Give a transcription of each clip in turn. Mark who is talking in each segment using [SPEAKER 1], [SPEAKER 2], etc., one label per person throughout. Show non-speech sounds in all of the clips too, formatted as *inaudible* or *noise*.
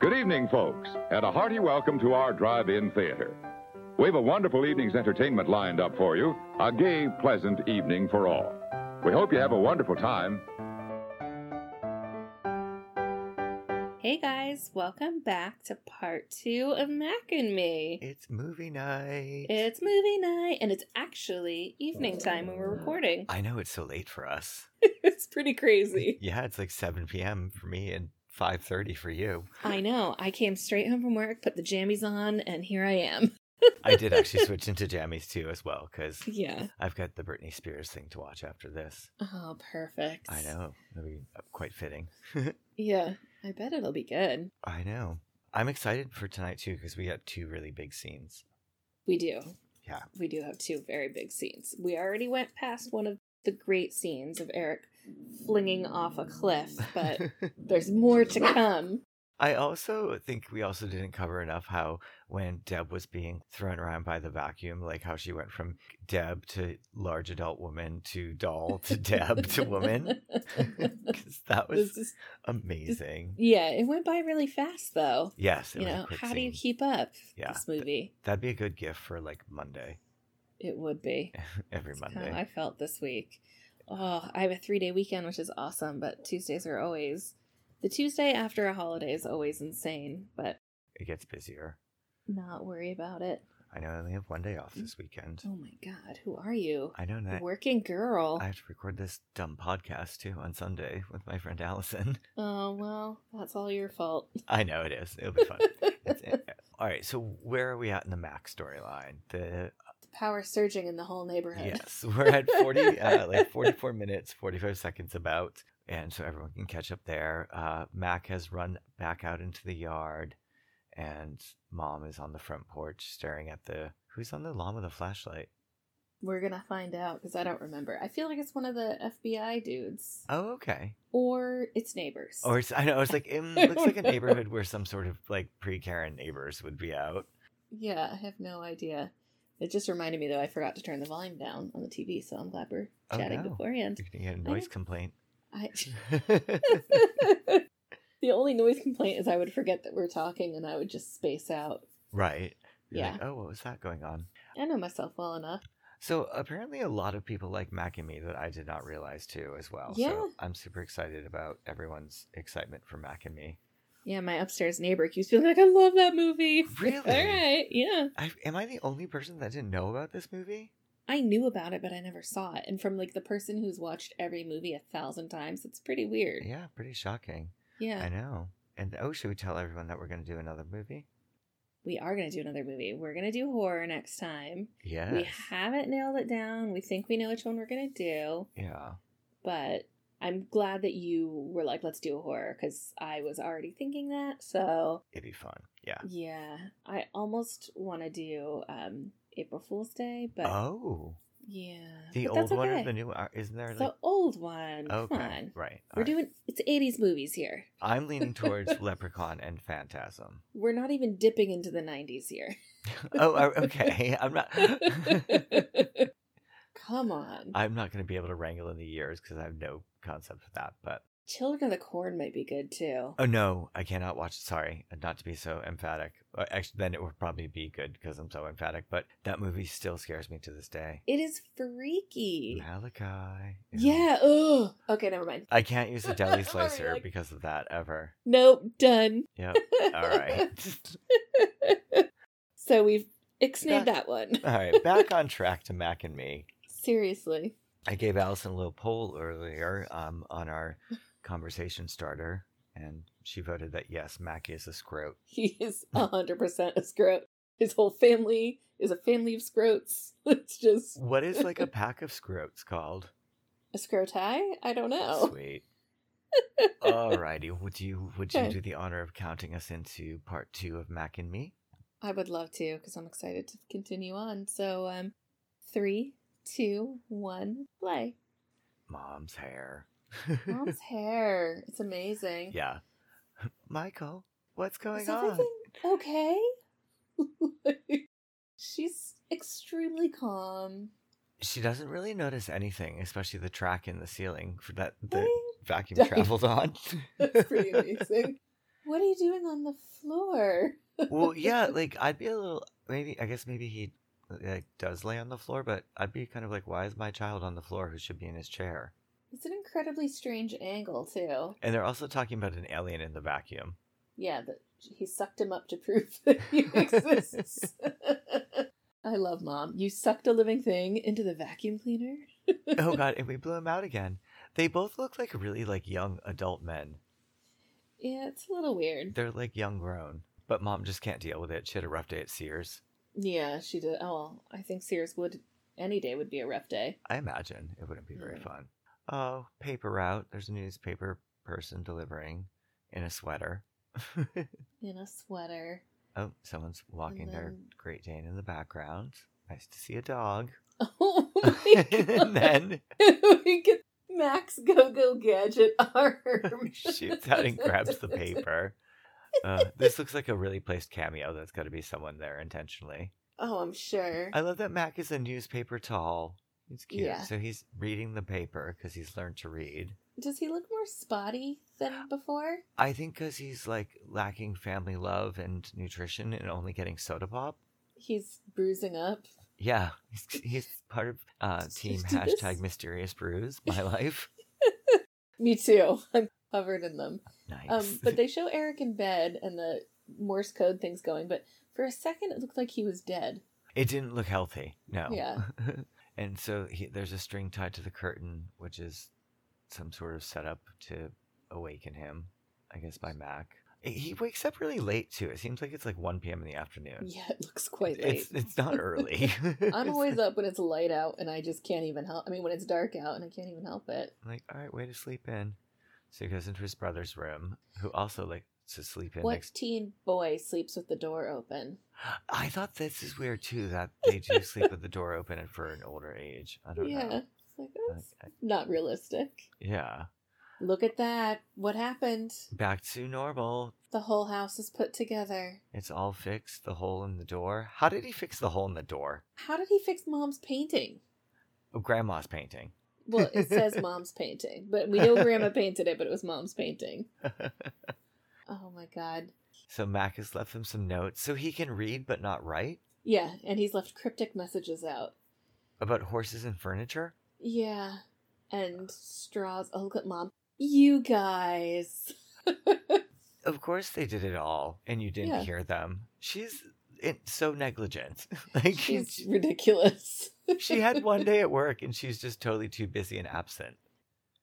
[SPEAKER 1] Good evening, folks, and a hearty welcome to our drive in theater. We've a wonderful evening's entertainment lined up for you, a gay, pleasant evening for all. We hope you have a wonderful time.
[SPEAKER 2] Hey guys, welcome back to part two of Mac and Me.
[SPEAKER 3] It's movie night.
[SPEAKER 2] It's movie night, and it's actually evening time when we're recording.
[SPEAKER 3] I know it's so late for us.
[SPEAKER 2] *laughs* it's pretty
[SPEAKER 3] *laughs*
[SPEAKER 2] crazy.
[SPEAKER 3] Yeah, it's like 7 p.m. for me and 5:30
[SPEAKER 2] *laughs*
[SPEAKER 3] for you.
[SPEAKER 2] I know. I came straight home from work, put the jammies on, and here I am. *laughs*
[SPEAKER 3] I did actually switch into jammies too as well because
[SPEAKER 2] Yeah.
[SPEAKER 3] I've got the Britney Spears thing to watch after this.
[SPEAKER 2] Oh, perfect.
[SPEAKER 3] I know. It'll be uh, quite fitting.
[SPEAKER 2] Yeah. I bet it'll be good.
[SPEAKER 3] I know. I'm excited for tonight too because we got two really big scenes.
[SPEAKER 2] We do.
[SPEAKER 3] Yeah.
[SPEAKER 2] We do have two very big scenes. We already went past one of the great scenes of Eric flinging off a cliff,
[SPEAKER 3] *laughs*
[SPEAKER 2] but there's more to come.
[SPEAKER 3] I also think we also didn't cover enough how when Deb was being thrown around by the vacuum, like how she went from Deb to large adult woman to doll to Deb
[SPEAKER 2] *laughs*
[SPEAKER 3] to woman. 'Cause that
[SPEAKER 2] This
[SPEAKER 3] was
[SPEAKER 2] is-
[SPEAKER 3] amazing.
[SPEAKER 2] yeah, it went by really fast though.
[SPEAKER 3] Yes, it
[SPEAKER 2] You
[SPEAKER 3] was a
[SPEAKER 2] know,
[SPEAKER 3] quick
[SPEAKER 2] how do you
[SPEAKER 3] scene.
[SPEAKER 2] keep up
[SPEAKER 3] Yeah,
[SPEAKER 2] this movie?
[SPEAKER 3] That'd be a good gift for like Monday, *laughs*
[SPEAKER 2] It would be.
[SPEAKER 3] every
[SPEAKER 2] That's kinda
[SPEAKER 3] Monday.
[SPEAKER 2] how I felt this week. Oh, I have a three day weekend, which is awesome, but Tuesdays are always the Tuesday after a holiday is always insane, but
[SPEAKER 3] It gets busier.
[SPEAKER 2] not worry about it.
[SPEAKER 3] I know I only have one day off this weekend.
[SPEAKER 2] Oh my God, who are you?
[SPEAKER 3] I know that
[SPEAKER 2] Working girl.
[SPEAKER 3] I have to record this dumb podcast too on Sunday with my friend Allison. *laughs*
[SPEAKER 2] Oh, well, that's all your fault. *laughs*
[SPEAKER 3] I know it is. It'll be fun. It's- All right, so where are we at in the Mac storyline? The
[SPEAKER 2] Power surging in the whole neighborhood.
[SPEAKER 3] yes, we're at forty, uh, like *laughs* forty-four minutes, forty-five seconds about, and so everyone can catch up there. Uh, Mac has run back out into the yard, and Mom is on the front porch staring at the who's on the lawn with a flashlight.
[SPEAKER 2] We're going to find out because I don't remember. I feel like it's one of the FBI dudes
[SPEAKER 3] Oh, okay.
[SPEAKER 2] or it's neighbors.
[SPEAKER 3] Or it's, I know it's like *laughs* it
[SPEAKER 2] I
[SPEAKER 3] looks like a
[SPEAKER 2] don't know.
[SPEAKER 3] neighborhood where some sort of like pre-Karen neighbors would be out.
[SPEAKER 2] Yeah, I have no idea. It just reminded me, though, I forgot to turn the volume down on the TV, so I'm glad we're
[SPEAKER 3] Oh,
[SPEAKER 2] chatting
[SPEAKER 3] no.
[SPEAKER 2] beforehand.
[SPEAKER 3] *laughs* You're gonna get a noise *laughs* complaint.
[SPEAKER 2] I... the only noise complaint is I would forget that we're talking and I would just space out.
[SPEAKER 3] right. You're
[SPEAKER 2] Yeah.
[SPEAKER 3] Like, oh, what was that going on?
[SPEAKER 2] I know myself well enough.
[SPEAKER 3] So apparently, a lot of people like Mac and me that I did not realize too as well.
[SPEAKER 2] Yeah.
[SPEAKER 3] So I'm super excited about everyone's excitement for Mac and me.
[SPEAKER 2] Yeah, my upstairs neighbor keeps being like, I love that movie.
[SPEAKER 3] Really?
[SPEAKER 2] All right, yeah.
[SPEAKER 3] I, am I the only person that didn't know about this movie?
[SPEAKER 2] I knew about it, but I never saw it. And from like the person who's watched every movie a thousand times, it's pretty weird.
[SPEAKER 3] Yeah, pretty shocking.
[SPEAKER 2] Yeah.
[SPEAKER 3] I know. And oh, should we tell everyone that we're going to do another movie?
[SPEAKER 2] We are going to do another movie. We're going to do horror next time.
[SPEAKER 3] Yes.
[SPEAKER 2] We haven't nailed it down. We think we know which one we're going to do,
[SPEAKER 3] yeah.
[SPEAKER 2] but I'm glad that you were like, let's do a horror because I was already thinking that. So,
[SPEAKER 3] It'd be fun. Yeah.
[SPEAKER 2] yeah, I almost want to do um, April Fool's Day, but
[SPEAKER 3] oh,
[SPEAKER 2] yeah.
[SPEAKER 3] the
[SPEAKER 2] But
[SPEAKER 3] old
[SPEAKER 2] that's
[SPEAKER 3] one
[SPEAKER 2] okay.
[SPEAKER 3] or the new? one? Isn't there
[SPEAKER 2] The
[SPEAKER 3] like?
[SPEAKER 2] old one.
[SPEAKER 3] okay.
[SPEAKER 2] Come on.
[SPEAKER 3] Right.
[SPEAKER 2] We're
[SPEAKER 3] alright.
[SPEAKER 2] doing it's 80s movies here.
[SPEAKER 3] I'm
[SPEAKER 2] *laughs*
[SPEAKER 3] leaning towards Leprechaun and Phantasm. *laughs*
[SPEAKER 2] We're not even dipping into the 90s here.
[SPEAKER 3] Oh, I- okay. *laughs*
[SPEAKER 2] *laughs*
[SPEAKER 3] I'm not. *laughs*
[SPEAKER 2] Come on.
[SPEAKER 3] I'm not going to be able to wrangle in the years because I have no concept of that. But
[SPEAKER 2] Children of the Corn might be good too.
[SPEAKER 3] oh no, I cannot watch. Sorry, not to be so emphatic. Uh, Actually, then it would probably be good because I'm so emphatic. But that movie still scares me to this day.
[SPEAKER 2] It is freaky.
[SPEAKER 3] Malachi. Ew.
[SPEAKER 2] Yeah. Ugh. Okay, never mind.
[SPEAKER 3] I
[SPEAKER 2] *laughs*
[SPEAKER 3] can't use a deli
[SPEAKER 2] Already
[SPEAKER 3] slicer
[SPEAKER 2] like-
[SPEAKER 3] because of that ever.
[SPEAKER 2] Nope, done. *laughs*
[SPEAKER 3] Yep. All right. *laughs*
[SPEAKER 2] so we've ixnayed
[SPEAKER 3] Back-
[SPEAKER 2] that one. *laughs*
[SPEAKER 3] All right. Back on track to Mac and me.
[SPEAKER 2] Seriously.
[SPEAKER 3] I gave Allison a little poll earlier um, on our conversation starter, and she voted that yes, Mac is a scrote.
[SPEAKER 2] He is 100% a scrote. His whole family is a family of scrotes. *laughs* It's just
[SPEAKER 3] What
[SPEAKER 2] *laughs*
[SPEAKER 3] is like a pack of scrotes called?
[SPEAKER 2] a scrote tie? I don't know. *laughs*
[SPEAKER 3] Sweet. Alrighty, would you would you
[SPEAKER 2] Okay.
[SPEAKER 3] do the honor of counting us into part two of Mac and Me?
[SPEAKER 2] I would love to because I'm excited to continue on. So, um, three, two, one,
[SPEAKER 3] *laughs*
[SPEAKER 2] play.
[SPEAKER 3] Mom's hair.
[SPEAKER 2] Mom's hair. It's amazing.
[SPEAKER 3] yeah. *laughs* Michael, what's going
[SPEAKER 2] Is
[SPEAKER 3] on?
[SPEAKER 2] everything okay? *laughs* She's extremely calm.
[SPEAKER 3] She doesn't really notice anything, especially the track in the ceiling for that the
[SPEAKER 2] Right?
[SPEAKER 3] vacuum
[SPEAKER 2] Don't- *laughs*
[SPEAKER 3] traveled on.
[SPEAKER 2] That's pretty amazing. What are you doing on the floor?
[SPEAKER 3] *laughs* well, yeah, like I'd be a little maybe. I guess maybe he like does lay on the floor, but I'd be kind of like, why is my child on the floor who should be in his chair?
[SPEAKER 2] It's an incredibly strange angle, too.
[SPEAKER 3] And they're also talking about an alien in
[SPEAKER 2] *laughs*
[SPEAKER 3] the vacuum.
[SPEAKER 2] Yeah, that he sucked him up to prove that he exists. *laughs* I love mom. You sucked a living thing into the vacuum cleaner.
[SPEAKER 3] oh god, and we blew him out again. They both look like really like young adult men.
[SPEAKER 2] Yeah, it's a little weird.
[SPEAKER 3] They're like young grown, but mom just can't deal with it. She had a rough day at Sears.
[SPEAKER 2] Yeah, she did. Oh, well, I think Sears would any day would be a rough day.
[SPEAKER 3] I imagine it wouldn't be very
[SPEAKER 2] Mm.
[SPEAKER 3] fun. Oh, paper route. There's a newspaper person delivering in a sweater.
[SPEAKER 2] In a sweater. *laughs*
[SPEAKER 3] oh, someone's walking their
[SPEAKER 2] then-
[SPEAKER 3] Great Dane in the background. Nice to see a dog.
[SPEAKER 2] *laughs* Oh
[SPEAKER 3] *laughs*
[SPEAKER 2] my
[SPEAKER 3] and then
[SPEAKER 2] god! *laughs* we get Max Go Go Gadget *laughs* arm.
[SPEAKER 3] *laughs* shoots out and grabs the paper. Uh, this looks like a really placed cameo. That's got to be someone there intentionally.
[SPEAKER 2] *laughs* Oh, I'm sure.
[SPEAKER 3] I love that Mac is a newspaper tall. It's cute.
[SPEAKER 2] Yeah.
[SPEAKER 3] So he's reading the paper because he's learned to read.
[SPEAKER 2] Does he look more spotty than before?
[SPEAKER 3] I think because he's like lacking family love and nutrition and only getting soda pop.
[SPEAKER 2] He's bruising up.
[SPEAKER 3] Yeah,
[SPEAKER 2] *laughs*
[SPEAKER 3] he's, he's part of uh, team
[SPEAKER 2] Do this.
[SPEAKER 3] hashtag mysterious brews.
[SPEAKER 2] *laughs*
[SPEAKER 3] My life. *laughs*
[SPEAKER 2] Me too. *laughs* I'm covered in them.
[SPEAKER 3] Nice.
[SPEAKER 2] Um, but
[SPEAKER 3] *laughs*
[SPEAKER 2] they show Eric in bed and the Morse code thing's going. But for a second, it looked like he was dead.
[SPEAKER 3] It didn't look healthy. No.
[SPEAKER 2] Yeah.
[SPEAKER 3] *laughs* and so he, there's a string tied to the curtain, which is some sort of setup to awaken him, I guess, by Mac. He- He wakes up really late too. It seems like it's like 1 p.m. in the afternoon.
[SPEAKER 2] Yeah, it looks quite late.
[SPEAKER 3] *laughs* It's it's not early.
[SPEAKER 2] *laughs*
[SPEAKER 3] It's
[SPEAKER 2] I'm always
[SPEAKER 3] like,
[SPEAKER 2] up when it's light out and I just can't even help. I mean, when it's dark out and I can't even help it.
[SPEAKER 3] *laughs* like, all right, way to sleep in. So he goes into his brother's room, who also likes to sleep in
[SPEAKER 2] What
[SPEAKER 3] next. *gasps*
[SPEAKER 2] teen boy sleeps with the door open?
[SPEAKER 3] I thought this is weird too that they do sleep with the door open and for an older age. I
[SPEAKER 2] *laughs*
[SPEAKER 3] don't
[SPEAKER 2] Yeah.
[SPEAKER 3] know.
[SPEAKER 2] It's like, that's
[SPEAKER 3] Like, I-
[SPEAKER 2] not realistic.
[SPEAKER 3] yeah.
[SPEAKER 2] Look at that. What happened?
[SPEAKER 3] Back to normal.
[SPEAKER 2] The whole house is put together.
[SPEAKER 3] It's all fixed, the hole in the door. How did he fix the hole in the door?
[SPEAKER 2] How did he fix mom's painting?
[SPEAKER 3] Oh, grandma's painting. *laughs*
[SPEAKER 2] Well, it says mom's painting, but we know grandma painted it, but it was mom's painting. Oh my god.
[SPEAKER 3] so Mac has left him some notes so he can read but not write
[SPEAKER 2] Yeah, and he's left cryptic messages out.
[SPEAKER 3] about horses and furniture.
[SPEAKER 2] Yeah. And straws. Oh, look at mom. You
[SPEAKER 3] *laughs*
[SPEAKER 2] guys.
[SPEAKER 3] Of course they did it all and you didn't
[SPEAKER 2] Yeah.
[SPEAKER 3] hear them. She's it, so negligent. *laughs* like
[SPEAKER 2] She's
[SPEAKER 3] she-
[SPEAKER 2] ridiculous. *laughs*
[SPEAKER 3] she had one day at work and she's just totally too busy and absent.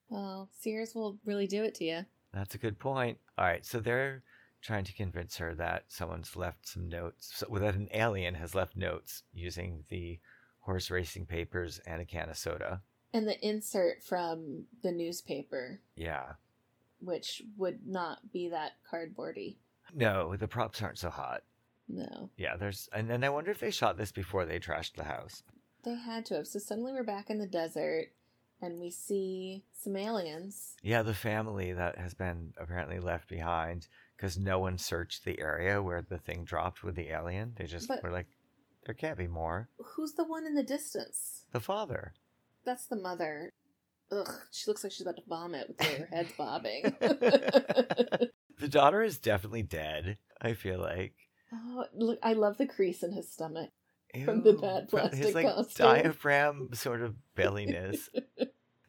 [SPEAKER 2] Well, Sears will really do it to you.
[SPEAKER 3] That's a good point. All right, so they're trying to convince her that someone's left some notes, so, well, that an alien has left notes using the horse racing papers and a can of soda.
[SPEAKER 2] And the insert from the newspaper,
[SPEAKER 3] Yeah.
[SPEAKER 2] which would not be that cardboardy.
[SPEAKER 3] No, the props aren't so hot.
[SPEAKER 2] No.
[SPEAKER 3] Yeah, there's, and then I wonder if they shot this before they trashed the house.
[SPEAKER 2] They had to have. So suddenly we're back in the desert and we see some aliens.
[SPEAKER 3] Yeah, the family that has been apparently left behind because no one searched the area where the thing dropped with the alien. They just
[SPEAKER 2] But-
[SPEAKER 3] were like, there can't be more.
[SPEAKER 2] Who's the one in the distance?
[SPEAKER 3] The father.
[SPEAKER 2] That's the mother. Ugh, she looks like she's about to vomit with
[SPEAKER 3] *laughs*
[SPEAKER 2] her head bobbing.
[SPEAKER 3] the daughter is definitely dead. I feel like
[SPEAKER 2] oh, look, I love the crease in his stomach. From the
[SPEAKER 3] Ew,
[SPEAKER 2] bad
[SPEAKER 3] from
[SPEAKER 2] plastic
[SPEAKER 3] his like
[SPEAKER 2] costume. *laughs*
[SPEAKER 3] diaphragm sort of belliness.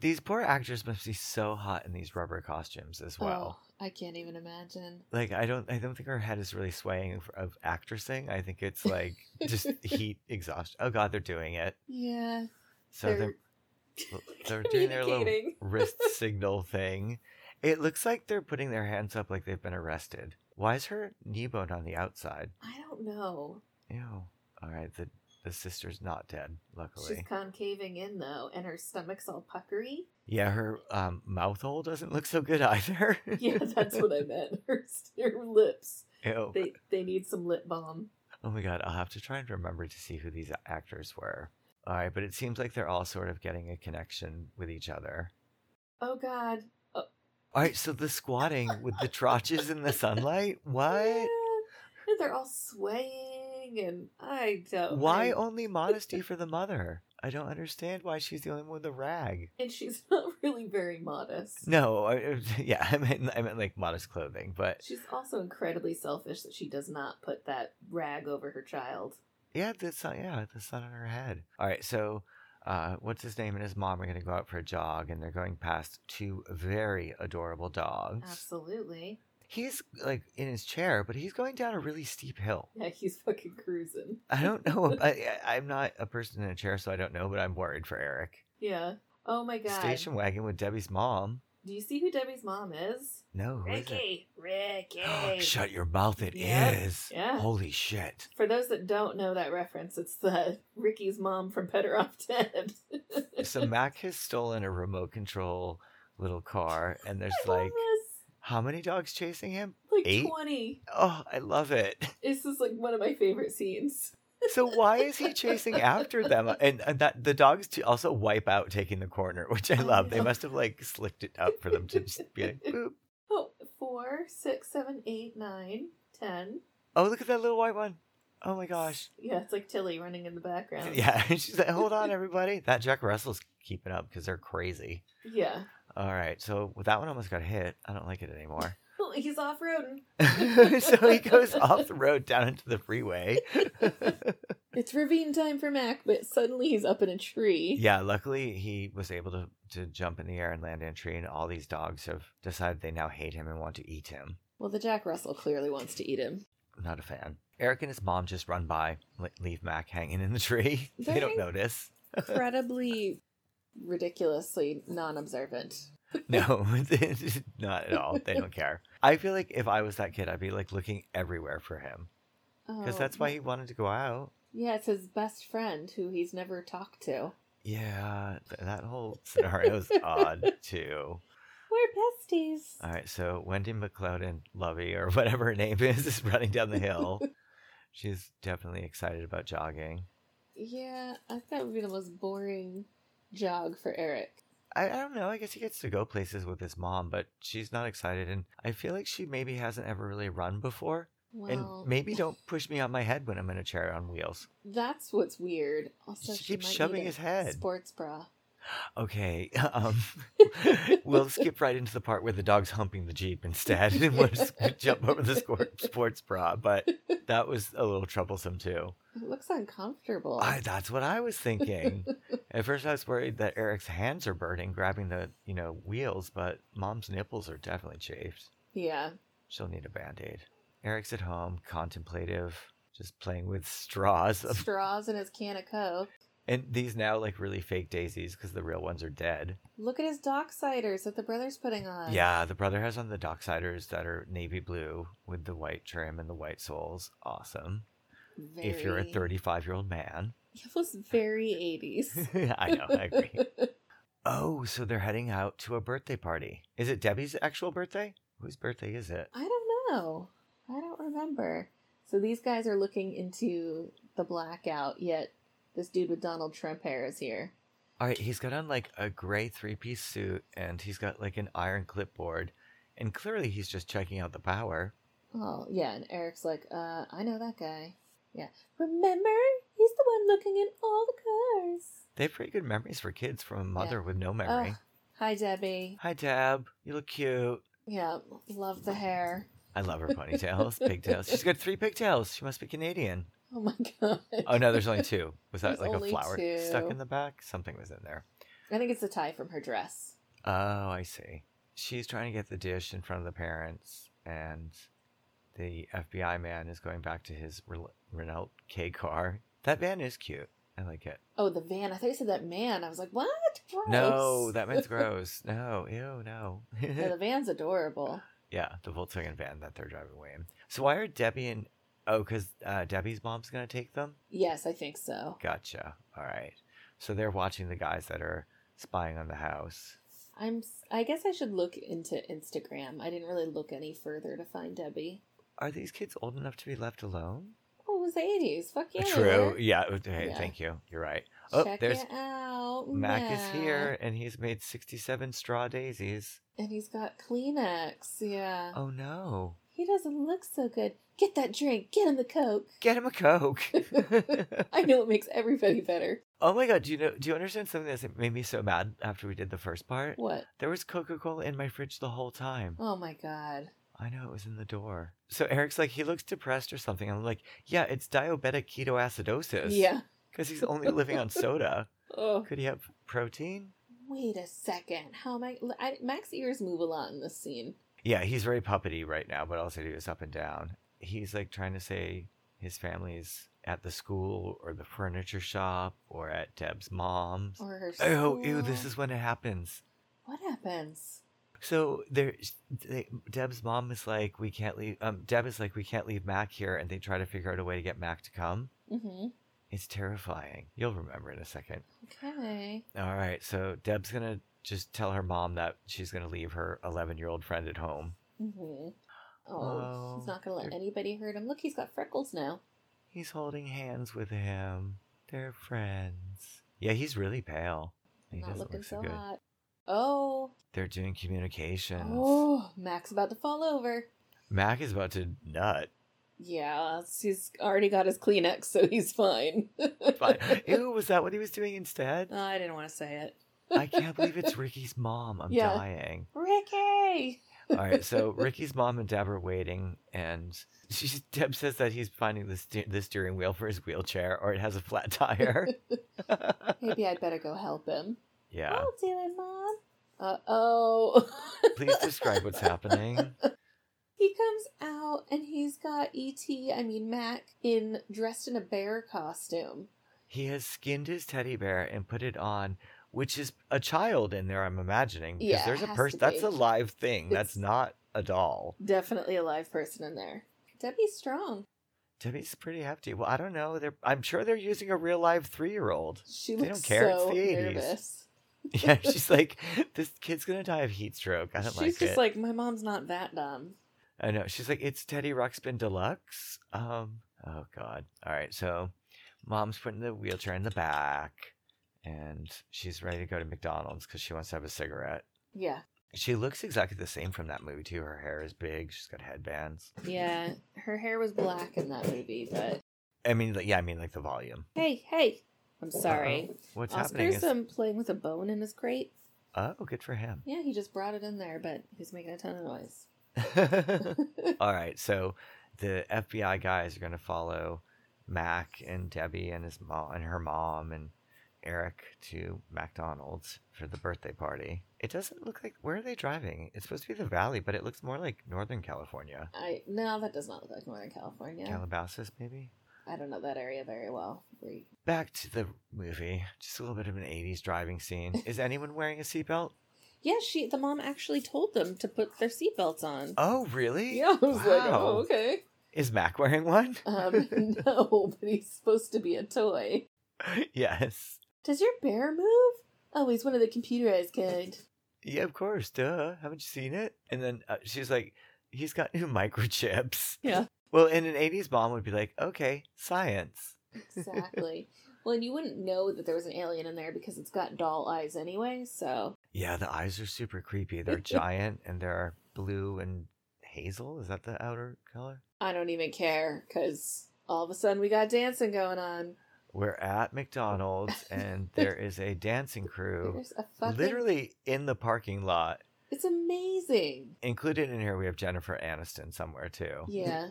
[SPEAKER 3] these poor actors must be so hot in these rubber costumes as well.
[SPEAKER 2] Oh, I can't even imagine.
[SPEAKER 3] Like I don't, I don't think her head is really swaying f- of actressing. I think it's like just
[SPEAKER 2] *laughs*
[SPEAKER 3] heat exhaustion. Oh God, they're doing it.
[SPEAKER 2] Yeah.
[SPEAKER 3] So they're
[SPEAKER 2] *laughs*
[SPEAKER 3] they're doing their little
[SPEAKER 2] communicating.
[SPEAKER 3] wrist
[SPEAKER 2] *laughs*
[SPEAKER 3] signal thing. It looks like they're putting their hands up like they've been arrested. Why is her knee bone on the outside?
[SPEAKER 2] I don't know.
[SPEAKER 3] Ew. All right, the the sister's not dead, luckily.
[SPEAKER 2] She's concaving in though, and her stomach's all puckery.
[SPEAKER 3] Yeah, her um, mouth hole doesn't look so good *laughs* either.
[SPEAKER 2] *laughs* Yeah, that's what I meant. *laughs* Her, her lips.
[SPEAKER 3] *laughs* Ew.
[SPEAKER 2] They they need some lip balm.
[SPEAKER 3] Oh my god, I'll have to try and remember to see who these actors were. All right, but it seems like they're all sort of getting a connection with each other.
[SPEAKER 2] Oh God.
[SPEAKER 3] All right, so the squatting with
[SPEAKER 2] *laughs*
[SPEAKER 3] the trotches in the sunlight?
[SPEAKER 2] Yeah.
[SPEAKER 3] What?
[SPEAKER 2] And they're all swaying, and I don't.
[SPEAKER 3] Why
[SPEAKER 2] I- *laughs*
[SPEAKER 3] only modesty for the mother? I don't understand why she's the only one with a rag.
[SPEAKER 2] And she's *laughs* not really very modest.
[SPEAKER 3] No, I, *laughs* yeah, I meant I meant like modest clothing, but
[SPEAKER 2] She's also incredibly selfish that she does not put that rag over her child.
[SPEAKER 3] yeah, that's not yeah, that's not on her head. All right, so uh, what's his name and his mom are going to go out for a jog, and they're going past two very adorable dogs.
[SPEAKER 2] Absolutely.
[SPEAKER 3] He's like in his chair, but he's going down a really
[SPEAKER 2] *laughs*
[SPEAKER 3] steep hill.
[SPEAKER 2] Yeah, he's fucking cruising.
[SPEAKER 3] I don't know. I, I- I'm not a person in a chair, so I don't know, but I'm worried for Eric.
[SPEAKER 2] Yeah. Oh my god.
[SPEAKER 3] Station wagon with Debbie's mom.
[SPEAKER 2] Do you see who Debbie's mom is?
[SPEAKER 3] No, who is it?
[SPEAKER 2] Ricky. Ricky.
[SPEAKER 3] *gasps* Shut your mouth! It is.
[SPEAKER 2] Yeah, yeah.
[SPEAKER 3] Holy shit!
[SPEAKER 2] For those that don't know that reference, it's the *laughs* Ricky's mom from Better Off Dead. *laughs*
[SPEAKER 3] So Mac has stolen a remote control little car, and there's
[SPEAKER 2] I love
[SPEAKER 3] like
[SPEAKER 2] this.
[SPEAKER 3] how many dogs chasing him?
[SPEAKER 2] Like
[SPEAKER 3] eight?
[SPEAKER 2] twenty.
[SPEAKER 3] Oh, I love it.
[SPEAKER 2] This is like one of my favorite scenes.
[SPEAKER 3] So why is he chasing after them? And, and that the dogs too also wipe out taking the corner, which I
[SPEAKER 2] I
[SPEAKER 3] love. They
[SPEAKER 2] know.
[SPEAKER 3] must have like slicked it up for them to just be like, boop.
[SPEAKER 2] Oh, four, six, seven, eight, nine, ten.
[SPEAKER 3] Oh, look at that little white one. Oh my gosh.
[SPEAKER 2] Yeah, it's like Tilly running in the background.
[SPEAKER 3] Yeah, *laughs* she's like, hold on, everybody. That Jack Russell's keeping up because they're crazy.
[SPEAKER 2] Yeah.
[SPEAKER 3] All right, so that one almost got hit. I don't like it anymore. *laughs*
[SPEAKER 2] Well, he's off roading.
[SPEAKER 3] so he goes off the road down into the freeway.
[SPEAKER 2] It's ravine time for Mac, but suddenly he's up in a *laughs* tree.
[SPEAKER 3] yeah, luckily he was able to, to jump in the air and land in a tree, and all these dogs have decided they now hate him and want to eat him.
[SPEAKER 2] Well, the Jack Russell clearly wants to eat
[SPEAKER 3] *laughs*
[SPEAKER 2] him.
[SPEAKER 3] Not a fan. Eric and his mom just run by, le- leave Mac hanging in the tree. *laughs* they don't
[SPEAKER 2] Dang.
[SPEAKER 3] notice.
[SPEAKER 2] Incredibly, ridiculously non-observant.
[SPEAKER 3] No, *laughs* not at all. They don't care. I feel like if I was that kid, I'd be like looking everywhere for him because
[SPEAKER 2] Oh,
[SPEAKER 3] that's why he wanted to go out.
[SPEAKER 2] Yeah, it's his best friend who he's never talked to.
[SPEAKER 3] Yeah, th- that whole scenario is odd too.
[SPEAKER 2] We're besties.
[SPEAKER 3] All right, so Wendy McLeod and Lovey, or *laughs* whatever her name is, is running down the hill. She's definitely excited about jogging.
[SPEAKER 2] yeah, I think that would be the most boring jog for Eric.
[SPEAKER 3] I, I don't know. I guess he gets to go places with his mom, but she's not excited. And I feel like she maybe hasn't ever really run before.
[SPEAKER 2] Well,
[SPEAKER 3] and maybe don't push me on my head when I'm in a chair on wheels.
[SPEAKER 2] that's what's weird. Also,
[SPEAKER 3] She
[SPEAKER 2] she,
[SPEAKER 3] keeps
[SPEAKER 2] might
[SPEAKER 3] shoving
[SPEAKER 2] need a
[SPEAKER 3] his head.
[SPEAKER 2] Sports bra. *laughs*
[SPEAKER 3] Okay. *laughs* Um, we'll skip right into the part where the dog's humping the Jeep instead *laughs* and we'll just jump over the score- sports bra. But that was a little troublesome too.
[SPEAKER 2] It looks uncomfortable.
[SPEAKER 3] I, that's what I was thinking. At first, I was worried that Eric's hands are burning, grabbing the you know wheels, but Mom's nipples are definitely chafed.
[SPEAKER 2] Yeah.
[SPEAKER 3] She'll need a band aid. Eric's at home, contemplative, just playing with straws, of- *laughs*
[SPEAKER 2] Straws in his can of Coke.
[SPEAKER 3] and these now like really fake daisies because the real ones are dead.
[SPEAKER 2] Look at his docksiders that the brother's putting on.
[SPEAKER 3] Yeah, the brother has on the docksiders that are navy blue with the white trim and the white soles. Awesome.
[SPEAKER 2] Very,
[SPEAKER 3] If you're a
[SPEAKER 2] *laughs*
[SPEAKER 3] 35 year old man, *laughs*
[SPEAKER 2] It was very 80s.
[SPEAKER 3] I know,
[SPEAKER 2] *laughs*
[SPEAKER 3] I agree. Oh, so they're heading out to a birthday party. Is it Debbie's actual birthday? Whose birthday is it?
[SPEAKER 2] I don't know. I don't remember. So these guys are looking into the blackout, yet this dude with Donald Trump hair is here.
[SPEAKER 3] All right, he's got on like a gray three piece suit and he's got like an iron clipboard. And clearly he's just checking out the power.
[SPEAKER 2] Oh, yeah, and Eric's like, uh, I know that guy. Yeah. Remember? He's the one looking in all the cars.
[SPEAKER 3] They have pretty good memories for kids from a mother with no memory.
[SPEAKER 2] Oh, hi, Debbie.
[SPEAKER 3] Hi, Deb. You look cute.
[SPEAKER 2] Yeah, love the hair.
[SPEAKER 3] I love
[SPEAKER 2] *laughs*
[SPEAKER 3] her ponytails, pigtails. She's got three pigtails. She must be Canadian.
[SPEAKER 2] Oh my *laughs* god.
[SPEAKER 3] Oh, no, there's only two. Was that
[SPEAKER 2] There's
[SPEAKER 3] like a
[SPEAKER 2] only
[SPEAKER 3] flower stuck
[SPEAKER 2] two.
[SPEAKER 3] in the back? Something was in there.
[SPEAKER 2] I think it's a tie from her dress.
[SPEAKER 3] Oh, I see. She's trying to get the dish in front of the parents, and the FBI man is going back to his Rel- Renault K car. That van is cute. I like it.
[SPEAKER 2] Oh, the van. I thought you said that man. I was like, what? Gross.
[SPEAKER 3] No,
[SPEAKER 2] *laughs*
[SPEAKER 3] that man's gross. No, ew, no.
[SPEAKER 2] No, the van's adorable.
[SPEAKER 3] *laughs* yeah, the Volkswagen van that they're driving away in. So why are Debbie and oh, because uh, Debbie's mom's gonna take them.
[SPEAKER 2] Yes, I think so.
[SPEAKER 3] Gotcha. All right. So they're watching the guys that are spying on the house.
[SPEAKER 2] I'm. s- I guess I should look into Instagram. I didn't really look any further to find Debbie.
[SPEAKER 3] Are these kids old enough to be left alone?
[SPEAKER 2] Oh, it was the eighties. Fuck yeah. they
[SPEAKER 3] True.
[SPEAKER 2] were.
[SPEAKER 3] Yeah. okay,
[SPEAKER 2] Yeah.
[SPEAKER 3] Thank you. You're right. Oh,
[SPEAKER 2] Check
[SPEAKER 3] there's
[SPEAKER 2] it out.
[SPEAKER 3] Mac is here, and he's made 67 straw daisies.
[SPEAKER 2] And he's got Kleenex. Yeah.
[SPEAKER 3] Oh no.
[SPEAKER 2] He doesn't look so good. Get that drink. Get him the Coke.
[SPEAKER 3] Get him
[SPEAKER 2] *laughs*
[SPEAKER 3] a Coke. *laughs*
[SPEAKER 2] I know it makes everybody better.
[SPEAKER 3] oh my god, do you know do you understand something that made me so mad after we did the first part?
[SPEAKER 2] What?
[SPEAKER 3] There was Coca-Cola in my fridge the whole time.
[SPEAKER 2] Oh my god.
[SPEAKER 3] I know it was in the door. So Eric's like, he looks depressed or something. I'm like, yeah, it's diabetic ketoacidosis.
[SPEAKER 2] Yeah.
[SPEAKER 3] Because he's only
[SPEAKER 2] *laughs*
[SPEAKER 3] living on soda.
[SPEAKER 2] Oh.
[SPEAKER 3] Could he have protein?
[SPEAKER 2] Wait a second. How am I? I- Mac's ears move a lot in this scene.
[SPEAKER 3] Yeah, he's very puppety right now, but all he is up and down. He's like trying to say his family's at the school or the furniture shop or at Deb's mom's.
[SPEAKER 2] Or her.
[SPEAKER 3] Oh, ew, this
[SPEAKER 2] school.
[SPEAKER 3] is when it happens.
[SPEAKER 2] What happens?
[SPEAKER 3] So there, they, Deb's mom is like, we can't leave. Um, Deb is like, we can't leave Mac here, and they try to figure out a way to get Mac to come.
[SPEAKER 2] Mm-hmm.
[SPEAKER 3] It's terrifying. You'll remember in a second.
[SPEAKER 2] Okay.
[SPEAKER 3] All right, so Deb's gonna just tell her mom that she's gonna leave her 11 year old friend at home.
[SPEAKER 2] Mm-hmm. Oh,
[SPEAKER 3] Oh,
[SPEAKER 2] he's not gonna let
[SPEAKER 3] they're-
[SPEAKER 2] anybody hurt him. Look, he's got freckles now.
[SPEAKER 3] He's holding hands with him. They're friends. Yeah, he's really pale. He
[SPEAKER 2] not
[SPEAKER 3] doesn't
[SPEAKER 2] looking
[SPEAKER 3] look
[SPEAKER 2] so
[SPEAKER 3] so good.
[SPEAKER 2] hot. Oh,
[SPEAKER 3] They're doing communications.
[SPEAKER 2] oh, Mac's about to fall over.
[SPEAKER 3] Mac is about to nut.
[SPEAKER 2] Yeah, he's already got his Kleenex, so he's fine. *laughs*
[SPEAKER 3] But ew, was that what he was doing instead?
[SPEAKER 2] I didn't want to say it.
[SPEAKER 3] I can't believe it's Ricky's mom. I'm
[SPEAKER 2] Yeah.
[SPEAKER 3] dying.
[SPEAKER 2] Ricky.
[SPEAKER 3] All
[SPEAKER 2] *laughs*
[SPEAKER 3] right, so Ricky's mom and Deb are waiting, and she, Deb says that he's finding the, ste- the steering wheel for his wheelchair, or it has a
[SPEAKER 2] *laughs*
[SPEAKER 3] flat tire. *laughs*
[SPEAKER 2] Maybe I'd better go help him.
[SPEAKER 3] yeah.
[SPEAKER 2] I'll do it, mom. Uh oh.
[SPEAKER 3] Please describe what's happening.
[SPEAKER 2] *laughs* He comes out and he's got ET, I mean Mac, in dressed in a bear costume.
[SPEAKER 3] He has skinned his teddy bear and put it on, which is a child in there. I'm imagining because
[SPEAKER 2] Yeah, it
[SPEAKER 3] there's a
[SPEAKER 2] has
[SPEAKER 3] person
[SPEAKER 2] to
[SPEAKER 3] that's
[SPEAKER 2] be.
[SPEAKER 3] a live thing. That's
[SPEAKER 2] It's-
[SPEAKER 3] not a doll.
[SPEAKER 2] Definitely a live person in there. Debbie's strong.
[SPEAKER 3] Debbie's pretty hefty. Well, I don't know. They're I'm sure they're using a real live three year old.
[SPEAKER 2] She
[SPEAKER 3] They
[SPEAKER 2] looks
[SPEAKER 3] don't care, it's
[SPEAKER 2] so
[SPEAKER 3] the 80s.
[SPEAKER 2] nervous.
[SPEAKER 3] *laughs* Yeah, she's like, this kid's gonna die of heat stroke. I don't
[SPEAKER 2] She's
[SPEAKER 3] like
[SPEAKER 2] just
[SPEAKER 3] it.
[SPEAKER 2] like, my mom's not that dumb.
[SPEAKER 3] I know. She's like, it's Teddy Ruxpin Deluxe. Um, oh God. All right. So, mom's putting the wheelchair in the back, and she's ready to go to McDonald's because she wants to have a cigarette.
[SPEAKER 2] Yeah.
[SPEAKER 3] She looks exactly the same from that movie too. Her hair is big. She's got headbands.
[SPEAKER 2] Yeah. Her hair was black in that movie, but
[SPEAKER 3] I mean, like, yeah, I mean, like the volume.
[SPEAKER 2] hey, hey. I'm sorry.
[SPEAKER 3] Uh-huh. What's happening?
[SPEAKER 2] Oscar's
[SPEAKER 3] Is,
[SPEAKER 2] um, playing with a bone in his crate.
[SPEAKER 3] oh, good
[SPEAKER 2] *laughs*
[SPEAKER 3] for him. *laughs*
[SPEAKER 2] Yeah, he just brought it in there, but he's making a ton of noise.
[SPEAKER 3] All right, so the FBI guys are gonna follow Mac and Debbie and his mom and her mom and Eric to McDonald's for the birthday party. It doesn't look like where are they driving? It's supposed to be the valley, but it looks more like Northern California,
[SPEAKER 2] I no, that does not look like Northern California.
[SPEAKER 3] Calabasas maybe.
[SPEAKER 2] I don't know that area very well. We-
[SPEAKER 3] Back to the movie. Just a little bit of an 80s
[SPEAKER 2] *laughs*
[SPEAKER 3] driving scene. Is anyone wearing a seatbelt?
[SPEAKER 2] Yeah, she the mom actually told them to put their seatbelts on.
[SPEAKER 3] Oh, really?
[SPEAKER 2] yeah, I was like, oh,
[SPEAKER 3] Wow.
[SPEAKER 2] okay.
[SPEAKER 3] Is Mac wearing one?
[SPEAKER 2] Um, *laughs* no, but he's supposed to be a toy. Uh-huh.
[SPEAKER 3] *laughs* yes.
[SPEAKER 2] Does your bear move? Oh, he's one of the computerized kind.
[SPEAKER 3] Yeah, of course. Duh. Haven't you seen it? And then uh, she's like, he's got new *laughs* microchips.
[SPEAKER 2] Yeah.
[SPEAKER 3] Well, and an 80s mom would be like, okay, science.
[SPEAKER 2] Exactly. well, and you wouldn't know that there was an alien in there because it's got doll eyes anyway. So
[SPEAKER 3] Yeah, the eyes are super
[SPEAKER 2] *laughs*
[SPEAKER 3] creepy. They're giant and they're blue and hazel. Is that the outer color?
[SPEAKER 2] I don't even care because all of a sudden we got dancing going on.
[SPEAKER 3] We're at McDonald's and there is a dancing crew
[SPEAKER 2] *laughs* There's a fucking.
[SPEAKER 3] Oh. literally in the parking lot.
[SPEAKER 2] it's amazing.
[SPEAKER 3] Included in here, we have Jennifer Aniston somewhere too.
[SPEAKER 2] Yeah,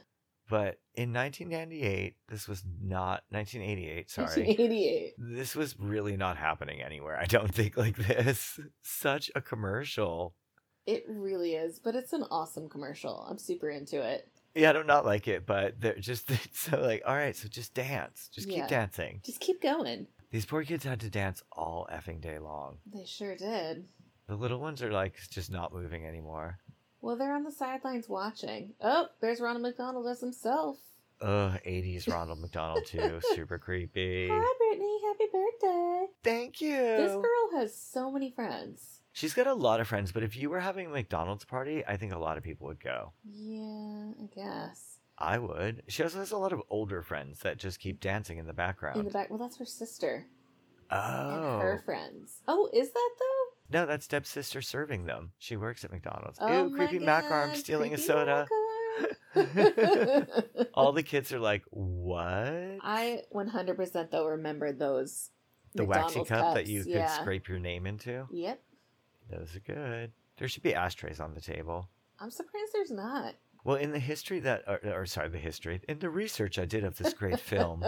[SPEAKER 3] But in 1998, this was not
[SPEAKER 2] *laughs*
[SPEAKER 3] 1988, sorry.
[SPEAKER 2] 1988.
[SPEAKER 3] this was really not happening anywhere. I don't think like this. Such a commercial.
[SPEAKER 2] It really is, but it's an awesome commercial. I'm super into it.
[SPEAKER 3] Yeah, I don't not like it, but they're just *laughs* it's so like, all right, so just dance. Just keep
[SPEAKER 2] Yeah.
[SPEAKER 3] dancing.
[SPEAKER 2] Just keep going.
[SPEAKER 3] These poor kids had to dance all effing day long.
[SPEAKER 2] They sure did.
[SPEAKER 3] The little ones are like just not moving anymore.
[SPEAKER 2] Well, they're on the sidelines watching. Oh, there's Ronald McDonald as himself.
[SPEAKER 3] Ugh, 80s Ronald McDonald too.
[SPEAKER 2] *laughs*
[SPEAKER 3] Super creepy.
[SPEAKER 2] Hi, Brittany. Happy birthday.
[SPEAKER 3] Thank you.
[SPEAKER 2] This girl has so many friends.
[SPEAKER 3] She's got a lot of friends, but if you were having a McDonald's party, I think a lot of people would go.
[SPEAKER 2] Yeah, I guess.
[SPEAKER 3] I would. She also has a lot of older friends that just keep dancing in the background.
[SPEAKER 2] In the back. Well, that's her sister. and
[SPEAKER 3] Oh.
[SPEAKER 2] her friends. Oh, is that though?
[SPEAKER 3] No, that's Deb's sister serving them. She works at McDonald's.
[SPEAKER 2] Oh
[SPEAKER 3] Ooh,
[SPEAKER 2] my
[SPEAKER 3] creepy Mac arm
[SPEAKER 2] God,
[SPEAKER 3] stealing a
[SPEAKER 2] creepy
[SPEAKER 3] soda. *laughs*
[SPEAKER 2] *laughs* Mac arm.
[SPEAKER 3] All the kids are like, what?
[SPEAKER 2] I 100% though remember those
[SPEAKER 3] the waxy
[SPEAKER 2] McDonald's
[SPEAKER 3] cup that
[SPEAKER 2] cups,
[SPEAKER 3] you could
[SPEAKER 2] yeah.
[SPEAKER 3] scrape your name into.
[SPEAKER 2] Yep.
[SPEAKER 3] Those are good. There should be ashtrays on the table.
[SPEAKER 2] I'm surprised there's not.
[SPEAKER 3] Well, in the history that, or, or sorry, the history, in the research I did of this
[SPEAKER 2] *laughs*
[SPEAKER 3] great film,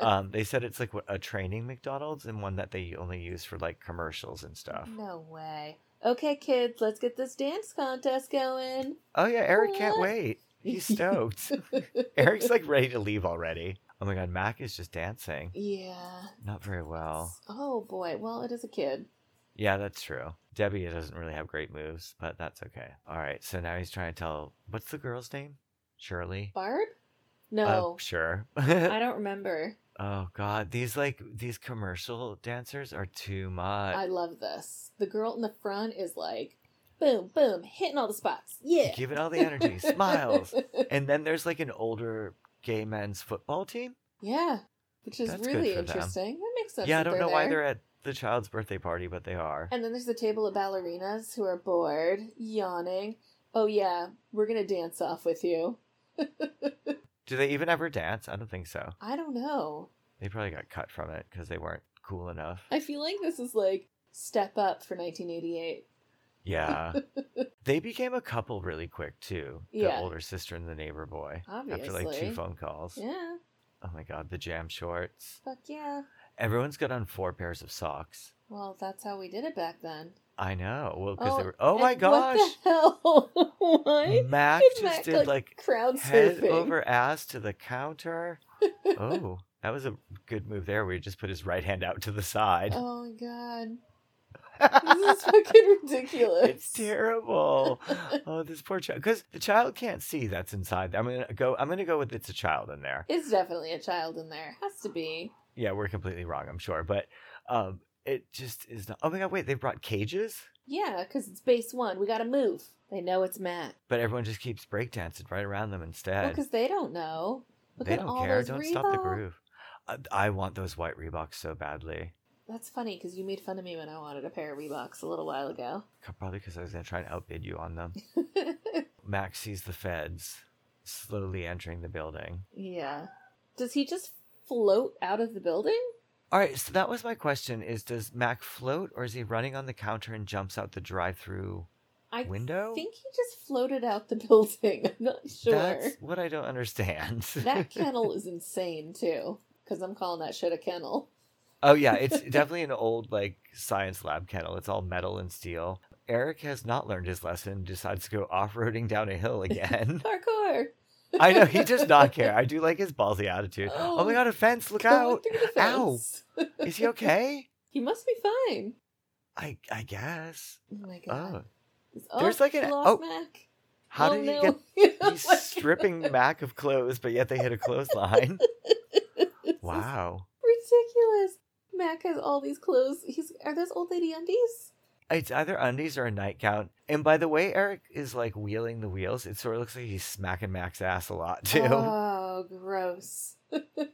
[SPEAKER 3] um, they said it's like what, a training McDonald's and one that they only use for like commercials and stuff.
[SPEAKER 2] No way. Okay, kids, let's get this dance contest going. *laughs*
[SPEAKER 3] Oh, yeah, Eric can't
[SPEAKER 2] What?
[SPEAKER 3] wait. He's
[SPEAKER 2] *laughs*
[SPEAKER 3] stoked. *laughs* Eric's like ready to leave already. Oh my God, Mac is just dancing.
[SPEAKER 2] yeah.
[SPEAKER 3] Not very well.
[SPEAKER 2] Oh boy. Well, it is a kid.
[SPEAKER 3] Yeah, that's true. Debbie doesn't really have great moves, but that's okay. All right, so now he's trying to tell what's the girl's name? Shirley.
[SPEAKER 2] Barb?
[SPEAKER 3] Uh,
[SPEAKER 2] Oh, No.
[SPEAKER 3] sure. *laughs*
[SPEAKER 2] I don't remember.
[SPEAKER 3] oh God, these like these commercial dancers are too
[SPEAKER 2] I
[SPEAKER 3] much.
[SPEAKER 2] love this. The girl in the front is like, boom, boom, hitting all the spots. Yeah.
[SPEAKER 3] Give it all
[SPEAKER 2] *laughs*
[SPEAKER 3] the energy, smiles, and then there's like an older gay men's football team.
[SPEAKER 2] yeah. Which is
[SPEAKER 3] That's good
[SPEAKER 2] really
[SPEAKER 3] for them.
[SPEAKER 2] interesting. That makes sense.
[SPEAKER 3] yeah, I
[SPEAKER 2] that
[SPEAKER 3] don't know why
[SPEAKER 2] there.
[SPEAKER 3] they're at the child's birthday party, but they are.
[SPEAKER 2] And then there's the table of ballerinas who are bored, yawning. Oh, yeah, we're going to dance off with you.
[SPEAKER 3] Do they even ever dance? I don't think so.
[SPEAKER 2] I don't know.
[SPEAKER 3] They probably got cut from it because they weren't cool enough.
[SPEAKER 2] I feel like this is like step up for 1988.
[SPEAKER 3] Yeah.
[SPEAKER 2] *laughs*
[SPEAKER 3] they became a couple really quick too. The
[SPEAKER 2] Yeah.
[SPEAKER 3] older sister and the neighbor boy. After like
[SPEAKER 2] Obviously.
[SPEAKER 3] two phone calls.
[SPEAKER 2] Yeah,
[SPEAKER 3] Oh my god, the jam shorts.
[SPEAKER 2] fuck yeah.
[SPEAKER 3] Everyone's got on four pairs of socks.
[SPEAKER 2] Well, that's how we did it back then.
[SPEAKER 3] I know. Well, because
[SPEAKER 2] Oh,
[SPEAKER 3] they were Oh my
[SPEAKER 2] And What
[SPEAKER 3] gosh.
[SPEAKER 2] the hell? *laughs* what?
[SPEAKER 3] Mac
[SPEAKER 2] Did
[SPEAKER 3] just
[SPEAKER 2] Mac,
[SPEAKER 3] did like,
[SPEAKER 2] crowd
[SPEAKER 3] head
[SPEAKER 2] surfing.
[SPEAKER 3] over ass to the counter. oh, that was a good move there where he just put his right hand out to the side.
[SPEAKER 2] *laughs* Oh, my
[SPEAKER 3] *laughs*
[SPEAKER 2] God. Oh, This is fucking ridiculous. *laughs*
[SPEAKER 3] It's terrible. oh, this poor child. Because the child can't see that's inside. I'm gonna go. I'm gonna go with it's a child in there.
[SPEAKER 2] It's definitely a child in there. Has to be.
[SPEAKER 3] Yeah, we're completely wrong. I'm sure, but um, it just is not. Oh my god! Wait, they brought cages,
[SPEAKER 2] Yeah, because it's base one. We got to move. They know it's Matt.
[SPEAKER 3] but everyone just keeps breakdancing right around them
[SPEAKER 2] Well,
[SPEAKER 3] instead.
[SPEAKER 2] because they don't know. Oh, Look
[SPEAKER 3] they
[SPEAKER 2] at
[SPEAKER 3] don't
[SPEAKER 2] all
[SPEAKER 3] care.
[SPEAKER 2] those
[SPEAKER 3] Don't stop the
[SPEAKER 2] Reebok-
[SPEAKER 3] groove. I, I want those white Reeboks so badly.
[SPEAKER 2] That's funny because you made fun of me when I wanted a pair of Reeboks a little while ago.
[SPEAKER 3] Co- Probably because I was gonna try and outbid you
[SPEAKER 2] *laughs*
[SPEAKER 3] on them. Max sees the feds slowly entering the building.
[SPEAKER 2] yeah. Does he just float out of the building?
[SPEAKER 3] All right, so that was my question: Is does Mac float, or is he running on the counter and jumps out the drive-through
[SPEAKER 2] I
[SPEAKER 3] window?
[SPEAKER 2] think he just floated out the *laughs* building. I'm not sure.
[SPEAKER 3] That's what I don't understand.
[SPEAKER 2] that kennel is insane too. Because I'm calling that shit a kennel.
[SPEAKER 3] *laughs* oh yeah, it's definitely an old like science lab kennel. It's all metal and steel. Eric has not learned his lesson. Decides to go off-roading down a
[SPEAKER 2] *laughs*
[SPEAKER 3] hill again.
[SPEAKER 2] Parkour.
[SPEAKER 3] I know he does not care. I do like his ballsy
[SPEAKER 2] *laughs*
[SPEAKER 3] attitude. Oh,
[SPEAKER 2] Oh,
[SPEAKER 3] my god, a fence! Look
[SPEAKER 2] Going
[SPEAKER 3] out!
[SPEAKER 2] through the
[SPEAKER 3] Ow.
[SPEAKER 2] fence.
[SPEAKER 3] Is he okay?
[SPEAKER 2] He must be fine.
[SPEAKER 3] I I guess.
[SPEAKER 2] Oh my god.
[SPEAKER 3] Oh,
[SPEAKER 2] Oh,
[SPEAKER 3] there's like an-
[SPEAKER 2] we lost
[SPEAKER 3] oh.
[SPEAKER 2] Mac.
[SPEAKER 3] how
[SPEAKER 2] Oh,
[SPEAKER 3] did
[SPEAKER 2] no. *laughs*
[SPEAKER 3] he get
[SPEAKER 2] Oh
[SPEAKER 3] He's
[SPEAKER 2] my
[SPEAKER 3] stripping Mac of clothes, but yet they hit a clothesline.
[SPEAKER 2] *laughs* This is
[SPEAKER 3] Wow.
[SPEAKER 2] ridiculous. Mac has all these clothes. He's are those old lady undies?
[SPEAKER 3] It's either undies or a nightgown. And by the way, Eric is like wheeling the wheels. It sort of looks like he's smacking Mac's ass a lot too.
[SPEAKER 2] Oh, gross.
[SPEAKER 3] *laughs*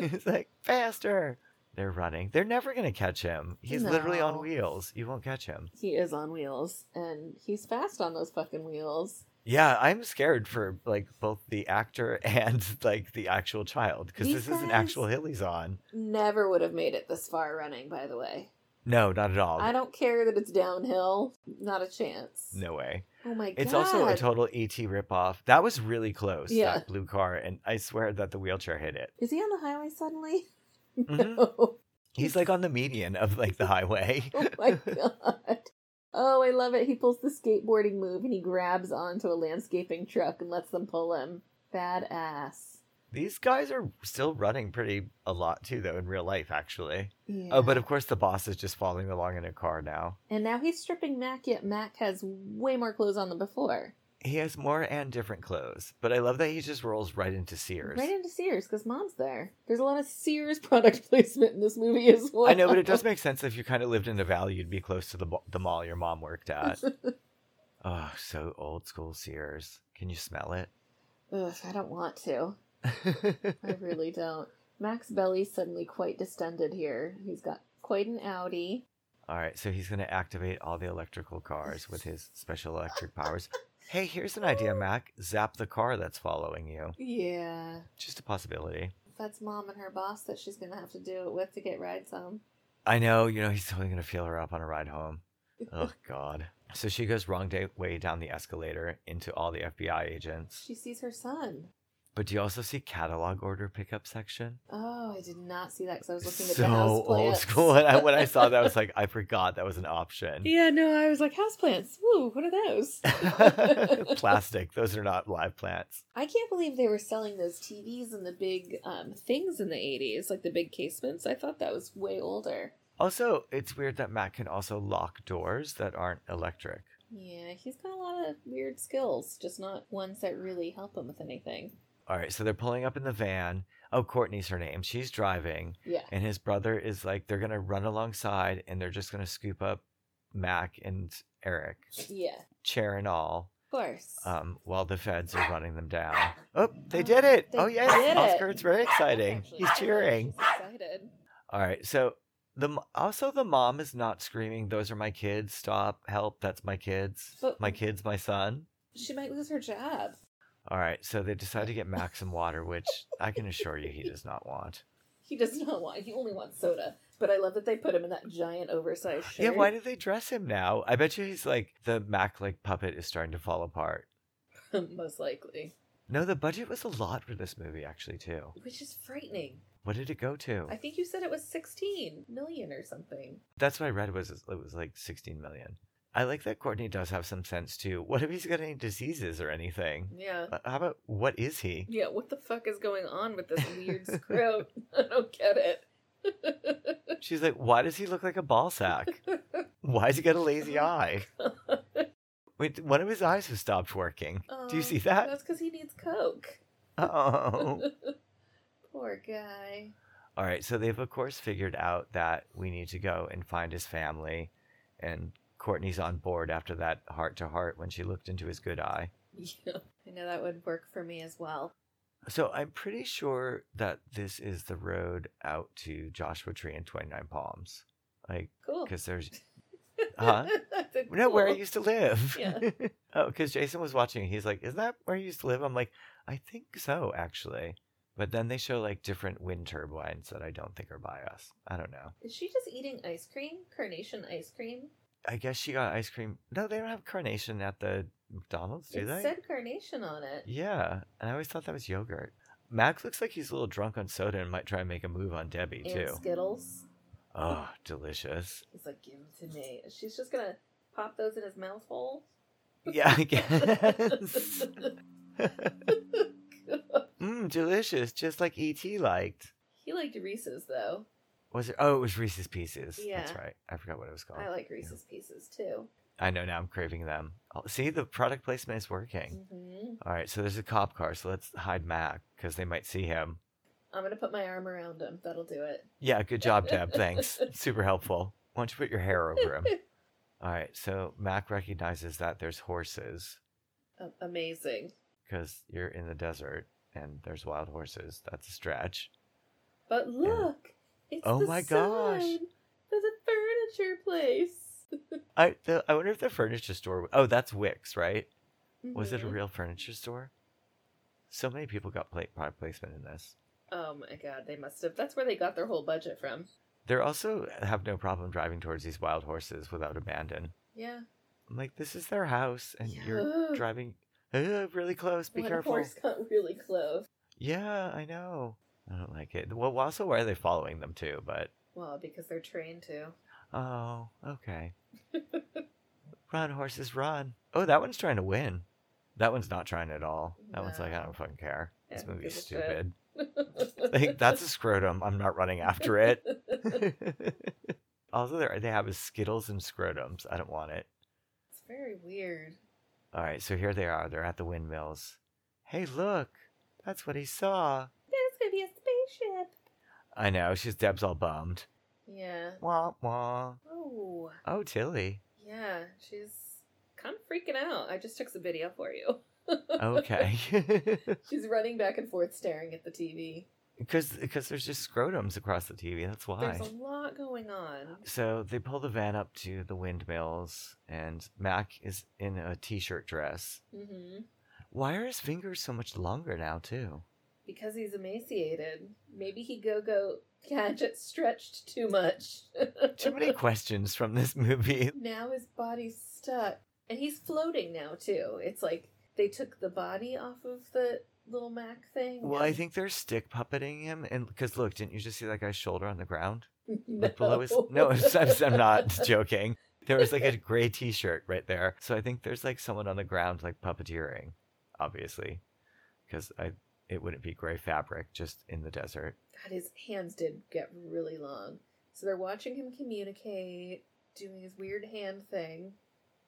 [SPEAKER 3] he's like, faster. They're running. They're never going to catch him. He's literally on
[SPEAKER 2] No.
[SPEAKER 3] wheels. You won't catch him.
[SPEAKER 2] he is on wheels, and he's fast on those fucking wheels.
[SPEAKER 3] Yeah, I'm scared for like both the actor *laughs* and like the actual child because this is an
[SPEAKER 2] Because-
[SPEAKER 3] actual hill he's on.
[SPEAKER 2] Never would have made it this far running. By the way,
[SPEAKER 3] No, not at all.
[SPEAKER 2] I don't care that it's downhill. Not a chance.
[SPEAKER 3] No way.
[SPEAKER 2] Oh my god.
[SPEAKER 3] It's also a total ET ripoff. That was really close.
[SPEAKER 2] Yeah.
[SPEAKER 3] That blue car, and I swear that the wheelchair
[SPEAKER 2] *laughs*
[SPEAKER 3] hit it.
[SPEAKER 2] Is he on the highway suddenly?
[SPEAKER 3] Mhm.
[SPEAKER 2] *laughs* oh
[SPEAKER 3] He's like on the median of like
[SPEAKER 2] *laughs*
[SPEAKER 3] the highway.
[SPEAKER 2] my god. Oh, I love it. He pulls the skateboarding move and he grabs onto a landscaping truck and lets them pull him. Badass.
[SPEAKER 3] These guys are still running pretty a lot too, though, in real life, actually.
[SPEAKER 2] Yeah.
[SPEAKER 3] Oh, but of course the boss is just following along in a car now.
[SPEAKER 2] And now he's stripping Mac, yet Mac has way more clothes on than before.
[SPEAKER 3] He has more and different clothes, but I love that he just rolls right into Sears.
[SPEAKER 2] Right into Sears because mom's there. There's a lot of Sears product *laughs* placement in this movie as well.
[SPEAKER 3] I know, but it
[SPEAKER 2] *laughs*
[SPEAKER 3] does make sense if you kind of lived in a valley, you'd be close to the mo- the mall your mom
[SPEAKER 2] *laughs*
[SPEAKER 3] worked at. oh, so old school Sears. Can you smell it?
[SPEAKER 2] Ugh, I don't want to.
[SPEAKER 3] *laughs*
[SPEAKER 2] I really don't. Mac's belly's suddenly quite distended here. He's got quite an outie.
[SPEAKER 3] All right, so he's going to activate all the electrical cars with his special electric powers. hey, here's an idea, Mac. Zap the car that's following you.
[SPEAKER 2] Yeah.
[SPEAKER 3] Just a possibility.
[SPEAKER 2] That's mom and her boss that she's going to have to do it with to get rides home.
[SPEAKER 3] I know, you know, he's totally going to feel her up on a
[SPEAKER 2] *laughs*
[SPEAKER 3] ride home. Oh, God. So she goes wrong day- way down the escalator into all the FBI agents.
[SPEAKER 2] She sees her son.
[SPEAKER 3] But do you also see catalog order pickup section?
[SPEAKER 2] Oh, I did not see that because I was looking at
[SPEAKER 3] So
[SPEAKER 2] the house
[SPEAKER 3] old school. *laughs* And I, when I saw that, I was like, I forgot that was an option.
[SPEAKER 2] *laughs* yeah, no, I was like, houseplants. Woo, what are those?
[SPEAKER 3] *laughs* *laughs* Plastic. Those are not live plants.
[SPEAKER 2] I can't believe they were selling those TVs and the big um, things in the 80s, like the big casements. I thought that was way older.
[SPEAKER 3] Also, it's weird that Matt can also lock doors that aren't electric.
[SPEAKER 2] Yeah, he's got a lot of weird skills, just not ones that really help him with anything.
[SPEAKER 3] All right, so they're pulling up in the van. Oh, Courtney's her name. She's driving,
[SPEAKER 2] Yeah.
[SPEAKER 3] and his brother is like, they're going to run alongside and they're just going to scoop up Mac and Eric,
[SPEAKER 2] Yeah, of
[SPEAKER 3] chair and all,
[SPEAKER 2] course.
[SPEAKER 3] um, while the feds are running them down. Oh, they did it.
[SPEAKER 2] They
[SPEAKER 3] oh, yes.
[SPEAKER 2] did it.
[SPEAKER 3] Oscar, it's very exciting.
[SPEAKER 2] Actually,
[SPEAKER 3] He's cheering.
[SPEAKER 2] She's excited.
[SPEAKER 3] All right. So the m- also the mom is not screaming. Those are my kids. Stop. Help. That's my kids.
[SPEAKER 2] But-
[SPEAKER 3] my kids. My son.
[SPEAKER 2] She might lose her job.
[SPEAKER 3] All right. So they decide to get Max some water, which I can assure you he does not want.
[SPEAKER 2] He does not want. He only wants soda. But I love that they put him in that giant oversized shirt.
[SPEAKER 3] Yeah.
[SPEAKER 2] *laughs*
[SPEAKER 3] Why did they dress him now? I bet you he's like the Mac like puppet is starting to fall apart.
[SPEAKER 2] Most likely,
[SPEAKER 3] No, the budget was a lot for this movie actually too.
[SPEAKER 2] which is frightening.
[SPEAKER 3] What did it go to?
[SPEAKER 2] I think you said it was sixteen million or something.
[SPEAKER 3] That's what I read was it was like 16 million. I like that Courtney does have some sense too. What if he's got any diseases or anything?
[SPEAKER 2] Yeah.
[SPEAKER 3] Uh, How about what is he?
[SPEAKER 2] *laughs* Yeah. What the fuck is going on with this weird scrote? *laughs* I don't get it. *laughs*
[SPEAKER 3] She's like, why does he look like a ball sack? Why does he got a lazy eye? Wait, one of his eyes has
[SPEAKER 2] *laughs*
[SPEAKER 3] stopped working. Do
[SPEAKER 2] Um,
[SPEAKER 3] you see that?
[SPEAKER 2] That's because he needs coke.
[SPEAKER 3] Oh.
[SPEAKER 2] Poor guy.
[SPEAKER 3] All right, so they've of course figured out that we need to go and find his family, and Courtney's on board after that heart to heart when she looked into his good eye.
[SPEAKER 2] Yeah. I know that would work for me as well.
[SPEAKER 3] So I'm pretty sure that this is the road out to Joshua Tree and 29 Palms, like
[SPEAKER 2] Cool. *laughs*
[SPEAKER 3] because there's Huh?
[SPEAKER 2] That's a
[SPEAKER 3] uh-huh. no where I
[SPEAKER 2] Oh. cool-
[SPEAKER 3] used to live.
[SPEAKER 2] Yeah.
[SPEAKER 3] *laughs* oh, because Jason was watching. He's like, "Is that where you used to live?" I'm like, "I think so, actually." But then they show like different wind turbines that I don't think are by us. I don't know.
[SPEAKER 2] Is she just eating ice cream? Carnation ice cream?
[SPEAKER 3] I guess she got ice cream. No, they don't have carnation at the McDonald's, do
[SPEAKER 2] it
[SPEAKER 3] they?
[SPEAKER 2] said carnation on it.
[SPEAKER 3] Yeah, and I always thought that was yogurt. Max looks like he's a little drunk on soda and might try and make a move on Debbie
[SPEAKER 2] and
[SPEAKER 3] too.
[SPEAKER 2] Skittles.
[SPEAKER 3] Oh,
[SPEAKER 2] *laughs*
[SPEAKER 3] delicious.
[SPEAKER 2] He's like, give them to me. She's just gonna pop those in his mouth hole.
[SPEAKER 3] Yeah, I
[SPEAKER 2] *laughs*
[SPEAKER 3] guess. Mmm, delicious, just like ET liked.
[SPEAKER 2] he liked Reese's though.
[SPEAKER 3] Was it? Oh, it was Reese's Pieces. That's
[SPEAKER 2] Yeah.
[SPEAKER 3] right. I forgot what it was called.
[SPEAKER 2] I like Reese's pieces too.
[SPEAKER 3] I know now. I'm craving them. Oh, See, the product placement is working.
[SPEAKER 2] hmm
[SPEAKER 3] All right, so there's a cop car, so let's hide Mac because they might see him.
[SPEAKER 2] I'm gonna put my arm around him. That'll do it.
[SPEAKER 3] Yeah, good job, Deb. Thanks. Super helpful. Why don't you put your hair over him? All right, so Mac recognizes that there's horses
[SPEAKER 2] A- Amazing.
[SPEAKER 3] because you're in the desert and there's wild horses. That's a stretch.
[SPEAKER 2] But look, it's
[SPEAKER 3] Oh
[SPEAKER 2] the
[SPEAKER 3] my gosh.
[SPEAKER 2] sign for the furniture place.
[SPEAKER 3] I the, I wonder if the furniture store. Oh, that's Wix, right? Was it a
[SPEAKER 2] Mhm.
[SPEAKER 3] real furniture store? So many people got pla- product placement in this.
[SPEAKER 2] Oh my god, they must have. That's where they got their whole budget from.
[SPEAKER 3] They also have no problem driving towards these wild horses without abandon.
[SPEAKER 2] Yeah.
[SPEAKER 3] I'm like, this is their house, and you're
[SPEAKER 2] Yeah.
[SPEAKER 3] driving uh, really close. Be
[SPEAKER 2] One
[SPEAKER 3] careful.
[SPEAKER 2] horse got really close.
[SPEAKER 3] Yeah, I know. I don't like it. Well, also, why are they following them too? But
[SPEAKER 2] Well, because they're trained
[SPEAKER 3] *laughs*
[SPEAKER 2] to.
[SPEAKER 3] oh,
[SPEAKER 2] *laughs*
[SPEAKER 3] okay. run, horses, run! Oh, that one's trying to win. That one's not trying at all. That one's like, I
[SPEAKER 2] No.
[SPEAKER 3] don't fucking care. This
[SPEAKER 2] Yeah,
[SPEAKER 3] movie's
[SPEAKER 2] give a shit.
[SPEAKER 3] stupid. Like that's a scrotum. I'm not running
[SPEAKER 2] *laughs*
[SPEAKER 3] after it. *laughs*
[SPEAKER 2] it's
[SPEAKER 3] also, there they have is skittles and scrotums. I don't want it.
[SPEAKER 2] very weird.
[SPEAKER 3] All right, so here they are. They're at the windmills. Hey, look! That's what he saw.
[SPEAKER 2] There's gonna be a spaceship.
[SPEAKER 3] I know. She's Deb's all bummed.
[SPEAKER 2] Yeah.
[SPEAKER 3] Wah wah.
[SPEAKER 2] Oh.
[SPEAKER 3] Oh, Tilly.
[SPEAKER 2] Yeah. She's kind of freaking out. I just took some video for you. *laughs*
[SPEAKER 3] Okay. *laughs*
[SPEAKER 2] She's running back and forth, staring at the TV.
[SPEAKER 3] because because there's just scrotums across the TV. That's why.
[SPEAKER 2] There's a lot going on.
[SPEAKER 3] So they pull the van up to the windmills, and Mac is in a t-shirt dress.
[SPEAKER 2] hmm
[SPEAKER 3] Why are his fingers so much longer now, too?
[SPEAKER 2] Because he's emaciated. Maybe he go go gadget stretched too much. *laughs*
[SPEAKER 3] Too many questions from this movie.
[SPEAKER 2] now his body's stuck. And he's floating now too. It's like they took the body off of the little Mac thing.
[SPEAKER 3] Well, I
[SPEAKER 2] and-
[SPEAKER 3] think they're stick puppeting him, and because look, didn't you just see that guy's shoulder on the ground?
[SPEAKER 2] *laughs* no.
[SPEAKER 3] Like below his no,
[SPEAKER 2] *laughs*
[SPEAKER 3] I'm, I'm not joking. There was like a gray T-shirt right there, so I think there's like someone on the ground like puppeteering, obviously, because I it wouldn't be gray fabric just in the desert.
[SPEAKER 2] God, his hands did get really long. So they're watching him communicate, doing his weird hand thing.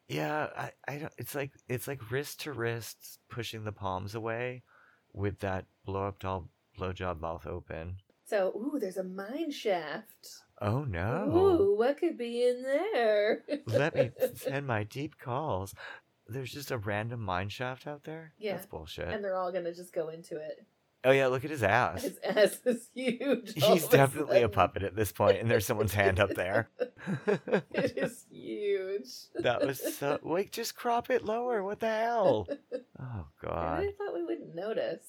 [SPEAKER 3] Yeah, I, I don't. It's like it's like wrist to wrist, pushing the palms away, with that blow up doll blowjob mouth open.
[SPEAKER 2] So, ooh, there's a mine shaft.
[SPEAKER 3] Oh no!
[SPEAKER 2] Ooh, what could be in there?
[SPEAKER 3] Let me
[SPEAKER 2] *laughs*
[SPEAKER 3] send my deep calls. There's just a random mine shaft out there.
[SPEAKER 2] Yeah,
[SPEAKER 3] that's bullshit.
[SPEAKER 2] and they're all gonna just go into it.
[SPEAKER 3] oh yeah, look at his ass.
[SPEAKER 2] His ass is huge. all
[SPEAKER 3] He's
[SPEAKER 2] of
[SPEAKER 3] definitely a
[SPEAKER 2] sudden.
[SPEAKER 3] puppet at this point, and there's someone's hand up there.
[SPEAKER 2] *laughs* It is huge.
[SPEAKER 3] that was so. Wait, just crop it lower. What
[SPEAKER 2] *laughs*
[SPEAKER 3] the hell? Oh god,
[SPEAKER 2] I thought we wouldn't notice.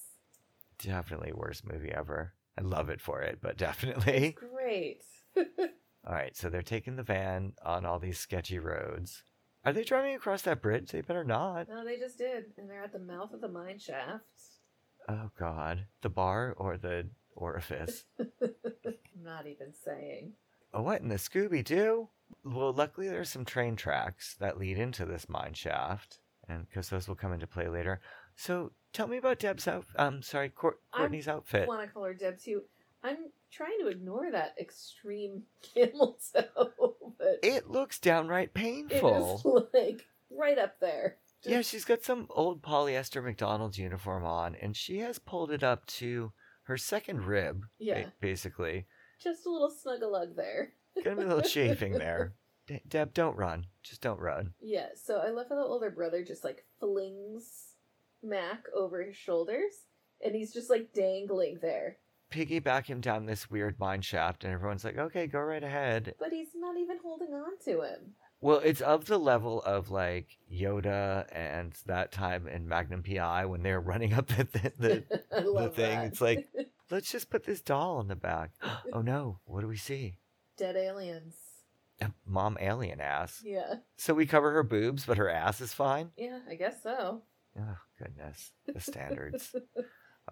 [SPEAKER 3] definitely worst movie ever. I love it for it, but definitely. *laughs*
[SPEAKER 2] Great.
[SPEAKER 3] All right, so they're taking the van on all these sketchy roads. Are they driving across that bridge? They better not.
[SPEAKER 2] No, they just did, and they're at the mouth of the mine shaft. *laughs*
[SPEAKER 3] Oh God, the bar or the orifice?
[SPEAKER 2] I'm not even saying.
[SPEAKER 3] oh, what in the Scooby Doo? Well, luckily there's some train tracks that lead into this mine shaft, and because those will come into play later. So tell me about Deb's out. Um, sorry, Cour-
[SPEAKER 2] I'm-
[SPEAKER 3] Courtney's outfit.
[SPEAKER 2] Want to call her Deb too? I'm trying to ignore that extreme *laughs* camel toe, but
[SPEAKER 3] It looks downright
[SPEAKER 2] it
[SPEAKER 3] painful.
[SPEAKER 2] is *laughs* like right up there.
[SPEAKER 3] Yeah, she's got some old polyester McDonald's uniform on, and she has pulled it up to her second rib, ba-
[SPEAKER 2] Yeah,
[SPEAKER 3] basically.
[SPEAKER 2] just a little snug a lug there.
[SPEAKER 3] Gonna be a little
[SPEAKER 2] *laughs*
[SPEAKER 3] chafing there. De- Deb, don't run. Just don't run.
[SPEAKER 2] Yeah, so I love how the older brother just like flings Mac over his shoulders, and he's just like dangling there.
[SPEAKER 3] Piggyback him down this weird mine shaft, and everyone's like, okay, go right ahead.
[SPEAKER 2] But he's not even holding on to him.
[SPEAKER 3] Well, it's of the level of like Yoda and that time in Magnum PI when they're running up *laughs* the, the, the
[SPEAKER 2] *laughs* I love
[SPEAKER 3] thing,
[SPEAKER 2] that.
[SPEAKER 3] it's like- let's just put this doll on the back. *gasps* oh no, what do we see?
[SPEAKER 2] *laughs* dead aliens.
[SPEAKER 3] Mom alien ass.
[SPEAKER 2] Yeah,
[SPEAKER 3] So we cover her boobs, but her ass is fine?
[SPEAKER 2] yeah, I guess so.
[SPEAKER 3] Oh goodness,
[SPEAKER 2] *laughs*
[SPEAKER 3] the standards.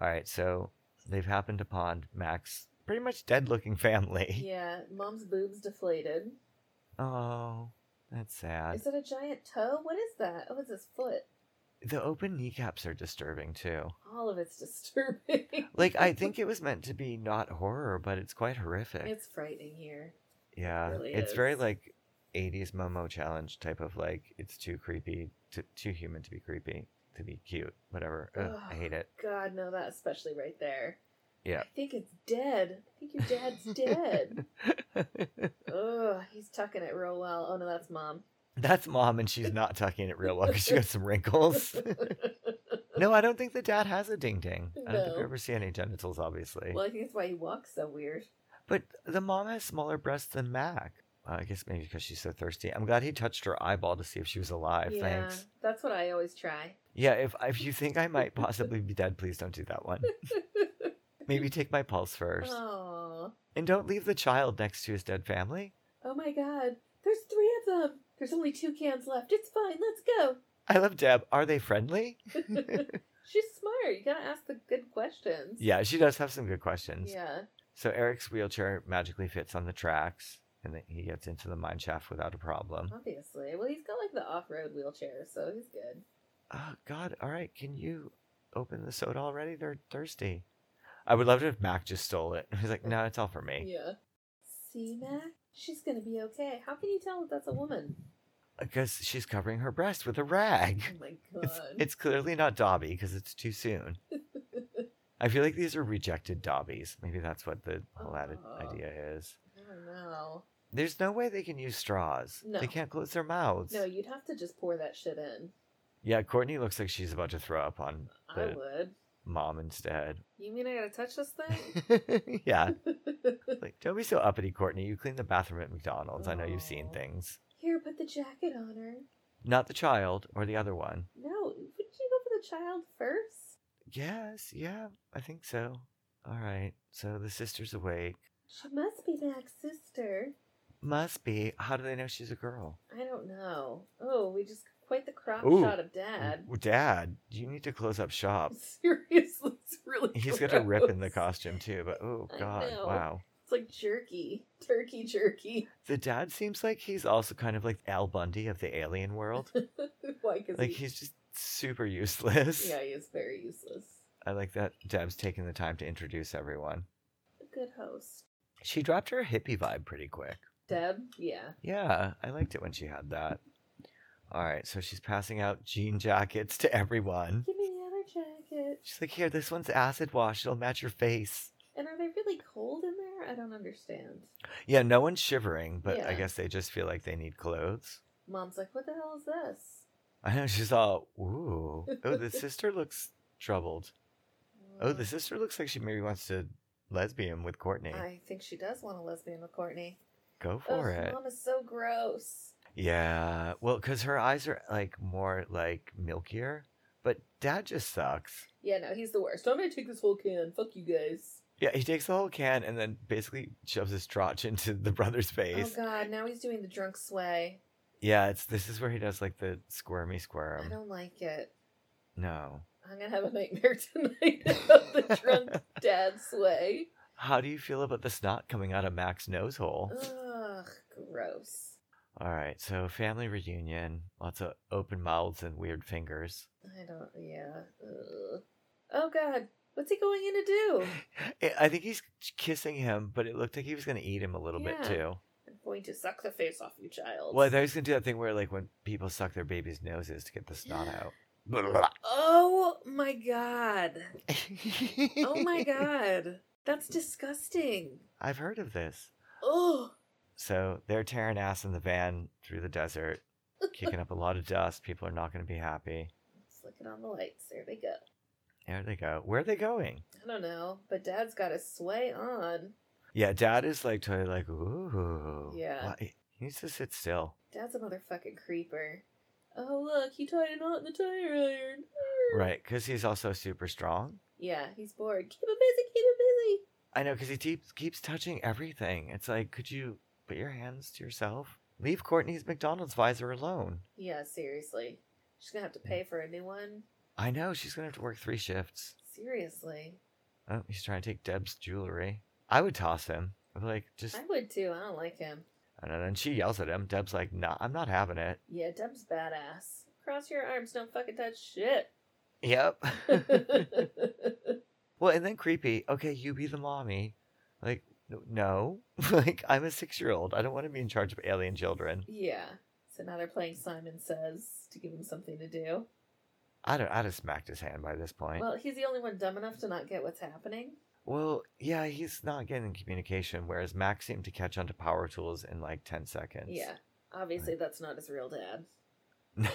[SPEAKER 3] All right, so they've happened upon Max, pretty much dead-looking family.
[SPEAKER 2] Yeah, mom's boobs deflated.
[SPEAKER 3] *laughs* Oh, that's sad.
[SPEAKER 2] Is it a giant toe? What is that? Oh, it's his foot.
[SPEAKER 3] The open kneecaps are disturbing too.
[SPEAKER 2] All of it's *laughs* disturbing.
[SPEAKER 3] Like
[SPEAKER 2] *laughs*
[SPEAKER 3] I think it was meant to be not horror, but it's quite horrific.
[SPEAKER 2] it's frightening here.
[SPEAKER 3] yeah,
[SPEAKER 2] really
[SPEAKER 3] it's very
[SPEAKER 2] is.
[SPEAKER 3] like '80s Momo challenge type of like it's too creepy, to, too human to be creepy, to be cute, whatever. Ugh, I hate it. *laughs*
[SPEAKER 2] God, no, that especially right there.
[SPEAKER 3] Yeah.
[SPEAKER 2] I think it's dead. I think your
[SPEAKER 3] *laughs*
[SPEAKER 2] dad's dead. Ugh, he's tucking it real well. Oh no, that's mom.
[SPEAKER 3] That's mom, and she's not tucking it real well because she got some wrinkles. *laughs* No, I don't think the dad has a ding ding. I don't think we
[SPEAKER 2] No.
[SPEAKER 3] ever see any genitals, obviously.
[SPEAKER 2] well, I think that's why he walks so weird.
[SPEAKER 3] But the mom has smaller breasts than Mac. Uh, I guess maybe because she's so thirsty. I'm glad he touched her eyeball to see if she was alive.
[SPEAKER 2] yeah,
[SPEAKER 3] Thanks.
[SPEAKER 2] that's what I always try.
[SPEAKER 3] Yeah, if if you think I might possibly be dead, please don't do
[SPEAKER 2] *laughs*
[SPEAKER 3] that one. maybe take my pulse *laughs* first,
[SPEAKER 2] Oh,
[SPEAKER 3] and don't leave the child next to his dead family.
[SPEAKER 2] oh my God! There's three of them. There's only two cans left. It's fine. Let's go.
[SPEAKER 3] I love Deb. Are
[SPEAKER 2] *laughs*
[SPEAKER 3] they friendly?
[SPEAKER 2] She's smart. You gotta ask the good questions.
[SPEAKER 3] Yeah, she does have some good questions.
[SPEAKER 2] Yeah.
[SPEAKER 3] So Eric's wheelchair magically fits on the tracks, and then he gets into the mine shaft without a problem.
[SPEAKER 2] Obviously. Well, he's got like the off-road wheelchair, so he's good.
[SPEAKER 3] Oh God! All right, can you open the soda already? They're thirsty. I would love it if Mac just stole it. *laughs* He's like, no, it's all for me.
[SPEAKER 2] Yeah. See, Mac, she's gonna be okay. How can you tell that that's a woman?
[SPEAKER 3] Because Uh, she's covering her breast with a rag.
[SPEAKER 2] Oh my god.
[SPEAKER 3] *laughs* It's, it's clearly not Dobby because it's
[SPEAKER 2] *laughs*
[SPEAKER 3] too soon. I feel like these are rejected Dobbies. Maybe that's what the whole added
[SPEAKER 2] Oh.
[SPEAKER 3] idea is.
[SPEAKER 2] I don't know.
[SPEAKER 3] There's no way they can use straws.
[SPEAKER 2] No.
[SPEAKER 3] They can't close their mouths.
[SPEAKER 2] No, you'd have to just pour that shit in.
[SPEAKER 3] Yeah, Courtney looks like she's about to throw up on
[SPEAKER 2] I
[SPEAKER 3] The-
[SPEAKER 2] would.
[SPEAKER 3] mom instead.
[SPEAKER 2] *laughs* You mean I gotta touch this thing?
[SPEAKER 3] *laughs* yeah. Like, don't be so uppity, Courtney. You clean the bathroom at McDonald's. I know you've seen
[SPEAKER 2] Aw.
[SPEAKER 3] things.
[SPEAKER 2] Here, put the jacket on her.
[SPEAKER 3] Not the child or the other one.
[SPEAKER 2] No, wouldn't you go for the child first?
[SPEAKER 3] Yes, yeah, I think so. All right. So the sister's awake.
[SPEAKER 2] She must be Mac's sister.
[SPEAKER 3] Must be. How do they know she's a girl?
[SPEAKER 2] I don't know. Oh, we just quite the crop
[SPEAKER 3] Ooh.
[SPEAKER 2] shot of Dad.
[SPEAKER 3] W- Dad, you need to close up shop.
[SPEAKER 2] *laughs* Seriously, it's really.
[SPEAKER 3] He's got a rip in the
[SPEAKER 2] gross.
[SPEAKER 3] costume too, but oh
[SPEAKER 2] I
[SPEAKER 3] god,
[SPEAKER 2] know.
[SPEAKER 3] wow.
[SPEAKER 2] It's like jerky, turkey jerky. *laughs*
[SPEAKER 3] The dad seems like he's also kind of like Al Bundy of the alien
[SPEAKER 2] *laughs*
[SPEAKER 3] world.
[SPEAKER 2] Why? Because
[SPEAKER 3] like
[SPEAKER 2] he,
[SPEAKER 3] he's just super useless.
[SPEAKER 2] yeah, he is very useless.
[SPEAKER 3] I like that Deb's taking the time to introduce everyone.
[SPEAKER 2] A good host.
[SPEAKER 3] She dropped her hippie vibe pretty quick.
[SPEAKER 2] Deb, yeah.
[SPEAKER 3] Yeah, I liked it when she had that. All right, so she's passing out jean jackets to everyone.
[SPEAKER 2] Give me the other jacket.
[SPEAKER 3] She's like, here, this one's acid wash. It'll match your face.
[SPEAKER 2] And are they really cold in there? I don't understand.
[SPEAKER 3] Yeah, no one's shivering, but I
[SPEAKER 2] Yeah.
[SPEAKER 3] guess they just feel like they need clothes. *laughs*
[SPEAKER 2] Mom's like, what the hell is this?
[SPEAKER 3] I know she's all, ooh.
[SPEAKER 2] *laughs*
[SPEAKER 3] Oh, the sister looks troubled. Oh,
[SPEAKER 2] Mm-hmm.
[SPEAKER 3] the sister looks like she maybe wants to lesbian with Courtney.
[SPEAKER 2] I think she does want a lesbian with Courtney.
[SPEAKER 3] Go
[SPEAKER 2] Oh,
[SPEAKER 3] for it.
[SPEAKER 2] mom is so gross.
[SPEAKER 3] Yeah, well, because her eyes are like more like milkier, but dad just sucks.
[SPEAKER 2] Yeah, no, he's the worst. I'm gonna take this whole can. Fuck you guys.
[SPEAKER 3] Yeah, he takes the whole can and then basically shoves his trotch *laughs* into the brother's face.
[SPEAKER 2] Oh god, now he's doing the drunk sway.
[SPEAKER 3] yeah, it's this is where he does like the squirmy
[SPEAKER 2] I
[SPEAKER 3] squirm.
[SPEAKER 2] don't like it. *laughs*
[SPEAKER 3] No.
[SPEAKER 2] I'm gonna have a nightmare *laughs* tonight about
[SPEAKER 3] *laughs*
[SPEAKER 2] the drunk dad sway.
[SPEAKER 3] How do you feel about the snot coming out of Mac's nose hole?
[SPEAKER 2] Ugh, gross.
[SPEAKER 3] All right, so family reunion, lots of open mouths and weird fingers.
[SPEAKER 2] I don't. Yeah. Ugh. Oh god, what's he going in to do?
[SPEAKER 3] I- I think he's kissing him, but it looked like he was going to eat him a little bit
[SPEAKER 2] Yeah.
[SPEAKER 3] too.
[SPEAKER 2] I'm going to suck the face off you, child.
[SPEAKER 3] Well, they're just gonna do that thing where like when people suck their babies' noses to get the snot out. *laughs* Blah.
[SPEAKER 2] Oh my god. *laughs* Oh my god. That's disgusting.
[SPEAKER 3] I've heard of this.
[SPEAKER 2] Oh.
[SPEAKER 3] So they're tearing ass in the van through the desert, kicking up a lot of dust. People are not gonna be happy.
[SPEAKER 2] Let's look it on the lights. There they go.
[SPEAKER 3] There they go. Where are they going?
[SPEAKER 2] I don't know, but Dad's got his sway on.
[SPEAKER 3] Yeah, Dad is like totally like ooh.
[SPEAKER 2] Yeah.
[SPEAKER 3] Why- He needs to sit still.
[SPEAKER 2] Dad's a motherfucking creeper. Oh look, he tied a knot in the tire iron.
[SPEAKER 3] Right, because he's also super strong.
[SPEAKER 2] Yeah, he's bored. Keep him busy. Keep him busy.
[SPEAKER 3] I know, because he keeps keeps touching everything. It's like, could you put your hands to yourself? Leave Courtney's McDonald's visor alone.
[SPEAKER 2] Yeah, seriously. She's gonna have to pay for a new one.
[SPEAKER 3] I know she's gonna have to work three shifts.
[SPEAKER 2] Seriously,
[SPEAKER 3] Oh, he's trying to take Deb's jewelry. I would toss him. I'm like, just
[SPEAKER 2] I would too. I don't like him.
[SPEAKER 3] and then she yells at him. Deb's like, "No, I'm not having it."
[SPEAKER 2] Yeah, Deb's badass. Cross your arms. Don't fucking touch
[SPEAKER 3] *laughs*
[SPEAKER 2] shit.
[SPEAKER 3] Yep. well, and then creepy. Okay, you be the mommy. Like, n- no. *laughs* like, I'm a six year old. I don't want to be in charge of alien children.
[SPEAKER 2] yeah. So now they're playing Simon Says to give him something to do.
[SPEAKER 3] I don't. I'd have smacked his hand by this point. Well,
[SPEAKER 2] Well, he's the only one dumb enough to not get what's happening.
[SPEAKER 3] yeah, he's not getting communication. Whereas Max seemed to catch onto power tools in like ten seconds. *laughs*
[SPEAKER 2] Yeah. *laughs* Obviously, that's not his real dad.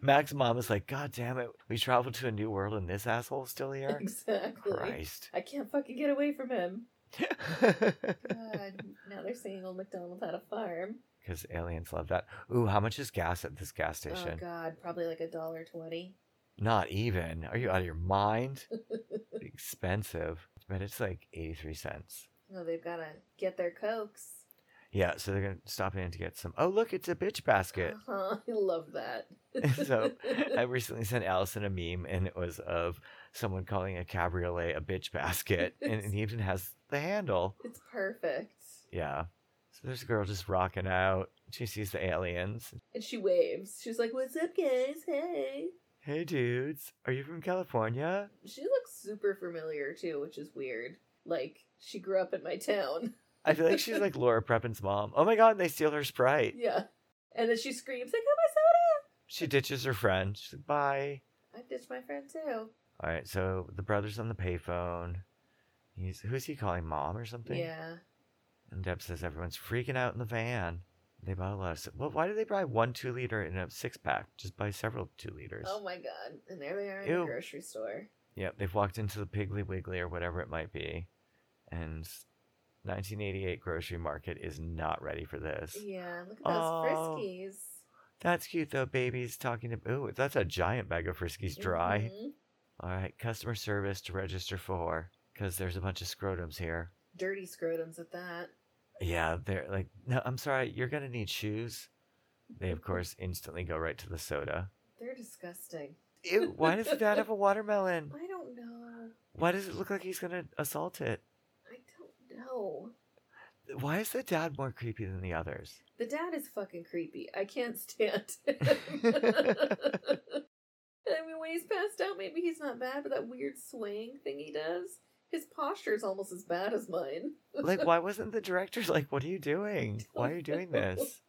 [SPEAKER 3] Mac's mom is like, God damn it, we traveled to a new world and this asshole's still here?
[SPEAKER 2] *laughs* Exactly.
[SPEAKER 3] Christ. *laughs*
[SPEAKER 2] I can't fucking get away from him. God, now they're saying old MacDonald had a farm.
[SPEAKER 3] Because aliens love that. Ooh, how much is gas at this gas
[SPEAKER 2] Oh,
[SPEAKER 3] station?
[SPEAKER 2] God. Probably like a dollar twenty.
[SPEAKER 3] Not even. Are you out of your mind?
[SPEAKER 2] *laughs*
[SPEAKER 3] Expensive. But it's like 83 cents.
[SPEAKER 2] No, Oh, they've got to get their cokes.
[SPEAKER 3] Yeah, so they're going to stop in to get some. Oh, look, it's a bitch basket.
[SPEAKER 2] Uh-huh. *laughs* I love that.
[SPEAKER 3] *laughs*
[SPEAKER 2] *laughs*
[SPEAKER 3] so I recently sent Allison a meme, and it was of someone calling a cabriolet a bitch basket, and it even has the handle.
[SPEAKER 2] it's perfect.
[SPEAKER 3] Yeah. So there's a girl just rocking out. She sees the aliens.
[SPEAKER 2] And she waves. She's like, What's up, guys? Hey.
[SPEAKER 3] Hey, dudes, are you from California?
[SPEAKER 2] She looks super familiar, too, which is weird. Like, she grew up in my town. *laughs*
[SPEAKER 3] I feel like she's like Laura Preppon's mom. Oh my god, they steal her Sprite.
[SPEAKER 2] Yeah. And then she screams, I got
[SPEAKER 3] She ditches her friend. She's like, bye.
[SPEAKER 2] my soda! I ditched my friend, too.
[SPEAKER 3] All right, so the brother's on the payphone. He's who's he calling mom or something?
[SPEAKER 2] Yeah.
[SPEAKER 3] And Deb says everyone's freaking out in the van. They bought a lot of. s- Well, why did they buy one two liter in a six pack? Just buy several two liters.
[SPEAKER 2] Oh my god. And there they are in
[SPEAKER 3] Ew.
[SPEAKER 2] the grocery store.
[SPEAKER 3] Yep, they've walked into the Piggly Wiggly or whatever it might be, and 1988 grocery market is not ready for this.
[SPEAKER 2] Yeah, look at those
[SPEAKER 3] Aw.
[SPEAKER 2] friskies.
[SPEAKER 3] That's cute though. Baby's talking to. Ooh, that's a giant bag of Friskies dry.
[SPEAKER 2] Mhm.
[SPEAKER 3] All right, customer service to register for, because there's a bunch of scrotums here.
[SPEAKER 2] Dirty scrotums at that.
[SPEAKER 3] Yeah, they're like, no, I'm sorry, you're gonna need shoes. They of course instantly go right to the soda.
[SPEAKER 2] They're disgusting.
[SPEAKER 3] Ew, why does the dad have a watermelon?
[SPEAKER 2] I don't know.
[SPEAKER 3] Why does it look like he's gonna assault it?
[SPEAKER 2] I don't know.
[SPEAKER 3] Why is the dad more creepy than the others?
[SPEAKER 2] The dad is fucking creepy. I can't
[SPEAKER 3] *laughs*
[SPEAKER 2] stand him. *laughs* I mean, when he's passed out, maybe he's not bad, but that weird swaying thing he does, his posture is almost as bad as mine.
[SPEAKER 3] like why wasn't the director *laughs* like what are you doing why are you doing
[SPEAKER 2] know.
[SPEAKER 3] this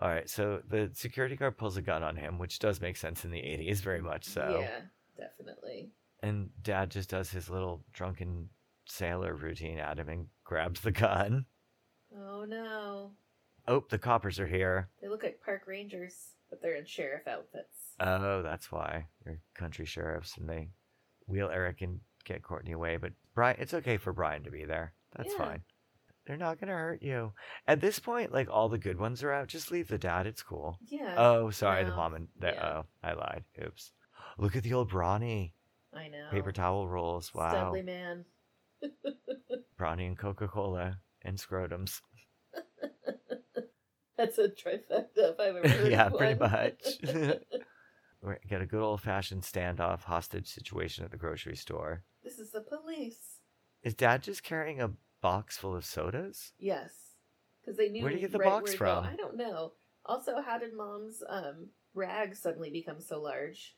[SPEAKER 3] all right so the security guard pulls a gun on him which does make sense in the 80s very much so
[SPEAKER 2] Yeah, definitely.
[SPEAKER 3] and dad just does his little drunken sailor routine at him and grabs the gun
[SPEAKER 2] Oh no.
[SPEAKER 3] oh the coppers are here
[SPEAKER 2] They look like park rangers, but they're in sheriff outfits.
[SPEAKER 3] oh that's why they're country sheriffs and they wheel eric and get courtney away but brian it's okay for brian to be there that's
[SPEAKER 2] Yeah.
[SPEAKER 3] fine they're not gonna hurt you at this point like all the good ones are out just leave the dad it's cool
[SPEAKER 2] yeah,
[SPEAKER 3] Oh, sorry, the
[SPEAKER 2] No.
[SPEAKER 3] mom and the,
[SPEAKER 2] Yeah.
[SPEAKER 3] oh, I lied. Oops. Look at the old brawny
[SPEAKER 2] I know.
[SPEAKER 3] paper towel rolls. Wow,
[SPEAKER 2] Studley man.
[SPEAKER 3] brawny and Coca Cola
[SPEAKER 2] *laughs*
[SPEAKER 3] and scrotums.
[SPEAKER 2] That's a trifecta if I've
[SPEAKER 3] *laughs*
[SPEAKER 2] ever heard
[SPEAKER 3] yeah,
[SPEAKER 2] of
[SPEAKER 3] pretty
[SPEAKER 2] one.
[SPEAKER 3] much. *laughs* we got a good old fashioned standoff hostage situation at the grocery store.
[SPEAKER 2] *laughs* this is the police.
[SPEAKER 3] Is Dad just carrying a box full of sodas?
[SPEAKER 2] Yes, because they knew
[SPEAKER 3] Where'd he get the
[SPEAKER 2] right
[SPEAKER 3] box
[SPEAKER 2] where to go.
[SPEAKER 3] from?
[SPEAKER 2] I don't know. Also, how did mom's um rag suddenly become so large?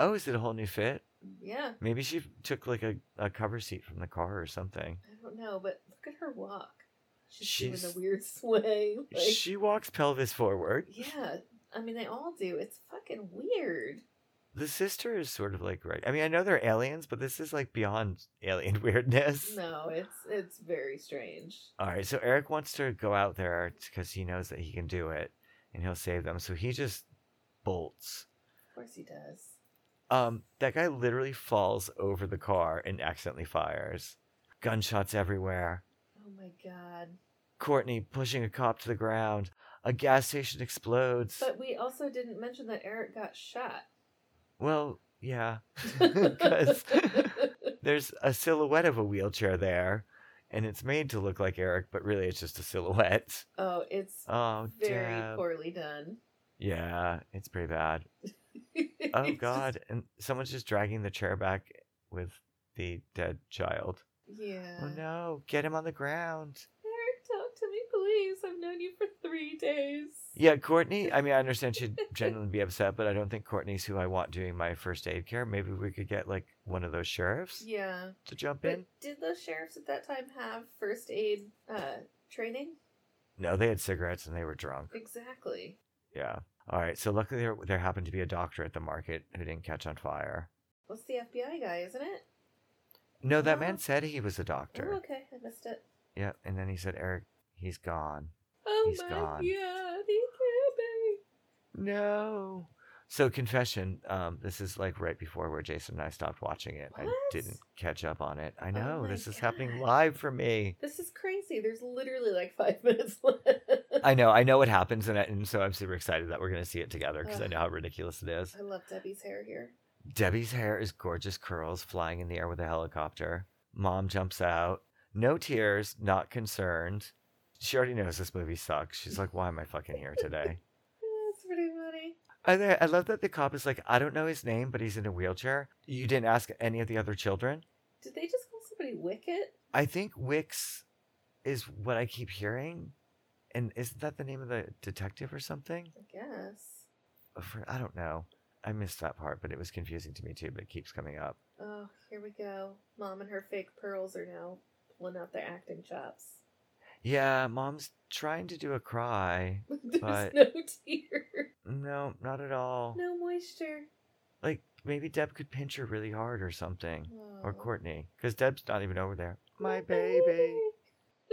[SPEAKER 3] Oh, is it a whole new fit?
[SPEAKER 2] Yeah,
[SPEAKER 3] Maybe she took like a, a cover seat from the car or something.
[SPEAKER 2] I don't know, but look at her walk. She's, doing
[SPEAKER 3] She's-
[SPEAKER 2] a weird *laughs* sway. Like,
[SPEAKER 3] She walks pelvis forward.
[SPEAKER 2] yeah, I mean they all do. It's fucking weird.
[SPEAKER 3] The sister is sort of like right. I mean, I know they're aliens, but this is like beyond *laughs* alien weirdness.
[SPEAKER 2] No, it's it's very strange.
[SPEAKER 3] All right, so Eric wants to go out there because he knows that he can do it and he'll save them. So he just bolts.
[SPEAKER 2] Of course he does.
[SPEAKER 3] Um, that guy literally falls over the car and accidentally fires. Gunshots everywhere.
[SPEAKER 2] Oh my god.
[SPEAKER 3] Courtney pushing a cop to the ground. A gas station explodes.
[SPEAKER 2] But we also didn't mention that Eric got
[SPEAKER 3] *laughs*
[SPEAKER 2] shot. *laughs*
[SPEAKER 3] well, yeah, *laughs* because there's a silhouette of a wheelchair there, and it's made to look like Eric, but really it's just a silhouette.
[SPEAKER 2] oh, it's
[SPEAKER 3] Oh,
[SPEAKER 2] very
[SPEAKER 3] Deb.
[SPEAKER 2] poorly done. *laughs*
[SPEAKER 3] Yeah, it's pretty bad.
[SPEAKER 2] It's
[SPEAKER 3] Oh
[SPEAKER 2] just-
[SPEAKER 3] God! And someone's just dragging the chair back with the dead child.
[SPEAKER 2] yeah.
[SPEAKER 3] Oh no! Get him on the ground.
[SPEAKER 2] Eric, talk to me, please. I've known you for three days.
[SPEAKER 3] Yeah, Courtney. I mean, I understand she'd genuinely be upset, but I don't think Courtney's who I want doing my first aid care. Maybe we could get like one of those sheriffs
[SPEAKER 2] Yeah.
[SPEAKER 3] to jump
[SPEAKER 2] But
[SPEAKER 3] in.
[SPEAKER 2] did those sheriffs at that time have first aid uh, training?
[SPEAKER 3] No, they had cigarettes and they were drunk.
[SPEAKER 2] Exactly.
[SPEAKER 3] Yeah. All right. So luckily there there happened to be a doctor at the market who didn't catch on fire.
[SPEAKER 2] What's the FBI guy, isn't it?
[SPEAKER 3] No, that
[SPEAKER 2] Oh.
[SPEAKER 3] man said he was a doctor.
[SPEAKER 2] Oh, okay. I missed it.
[SPEAKER 3] Yeah, and then he said, "Eric, he's gone."
[SPEAKER 2] Oh
[SPEAKER 3] He's
[SPEAKER 2] my
[SPEAKER 3] gone.
[SPEAKER 2] god, he can't be.
[SPEAKER 3] No. So confession. Um, this is like right before where Jason and I stopped watching it. I
[SPEAKER 2] What? Oh
[SPEAKER 3] didn't catch up on it. I know
[SPEAKER 2] my
[SPEAKER 3] this is happening
[SPEAKER 2] God.
[SPEAKER 3] live for me.
[SPEAKER 2] This is crazy. There's literally like five *laughs* minutes left.
[SPEAKER 3] I know. I know what happens, and, I, and so I'm super excited that we're gonna see it together because I
[SPEAKER 2] Ugh.
[SPEAKER 3] know how ridiculous it is.
[SPEAKER 2] I love Debbie's hair here.
[SPEAKER 3] Debbie's hair is gorgeous curls flying in the air with a helicopter. Mom jumps out. No tears. Not concerned. She already knows this movie sucks. She's like, "Why am I fucking here today?"
[SPEAKER 2] Yeah, That's pretty funny.
[SPEAKER 3] I, th- I love that the cop is like, I don't know his name, but he's in a wheelchair. You didn't ask any of the other children.
[SPEAKER 2] Did they just call somebody Wicket?
[SPEAKER 3] I think Wicks is what I keep hearing. And isn't that the name of the detective or something?
[SPEAKER 2] I guess.
[SPEAKER 3] Uh, for- I don't know. I missed that part, but it was confusing to me too, but it keeps coming up.
[SPEAKER 2] Oh, here we go. Mom and her fake pearls are now pulling out their acting chops. *laughs*
[SPEAKER 3] Yeah, mom's trying to do a cry.
[SPEAKER 2] There's
[SPEAKER 3] But-
[SPEAKER 2] no tear.
[SPEAKER 3] No, not at all.
[SPEAKER 2] No moisture.
[SPEAKER 3] Like, maybe Deb could pinch her really hard or something. Or
[SPEAKER 2] Oh.
[SPEAKER 3] Courtney, because Deb's not even over
[SPEAKER 2] *laughs*
[SPEAKER 3] *laughs* there. My baby.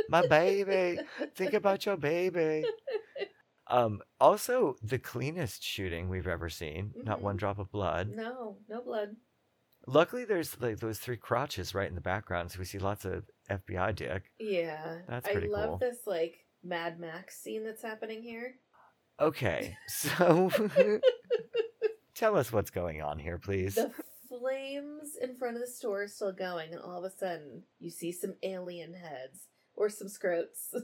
[SPEAKER 3] My baby. Think about your baby. Um, also, the cleanest shooting we've ever seen. Not one
[SPEAKER 2] Mhm.
[SPEAKER 3] drop of blood.
[SPEAKER 2] No, no blood.
[SPEAKER 3] Luckily, there's like those three crotches right in the background, so we see lots of FBI dick.
[SPEAKER 2] Yeah.
[SPEAKER 3] That's
[SPEAKER 2] I
[SPEAKER 3] pretty
[SPEAKER 2] love
[SPEAKER 3] cool.
[SPEAKER 2] this like Mad Max scene that's happening here.
[SPEAKER 3] Okay, *laughs* so tell us what's going on
[SPEAKER 2] *laughs*
[SPEAKER 3] here, please.
[SPEAKER 2] The flames in front of the store are still going, and all of a sudden you see some alien heads or some scroats.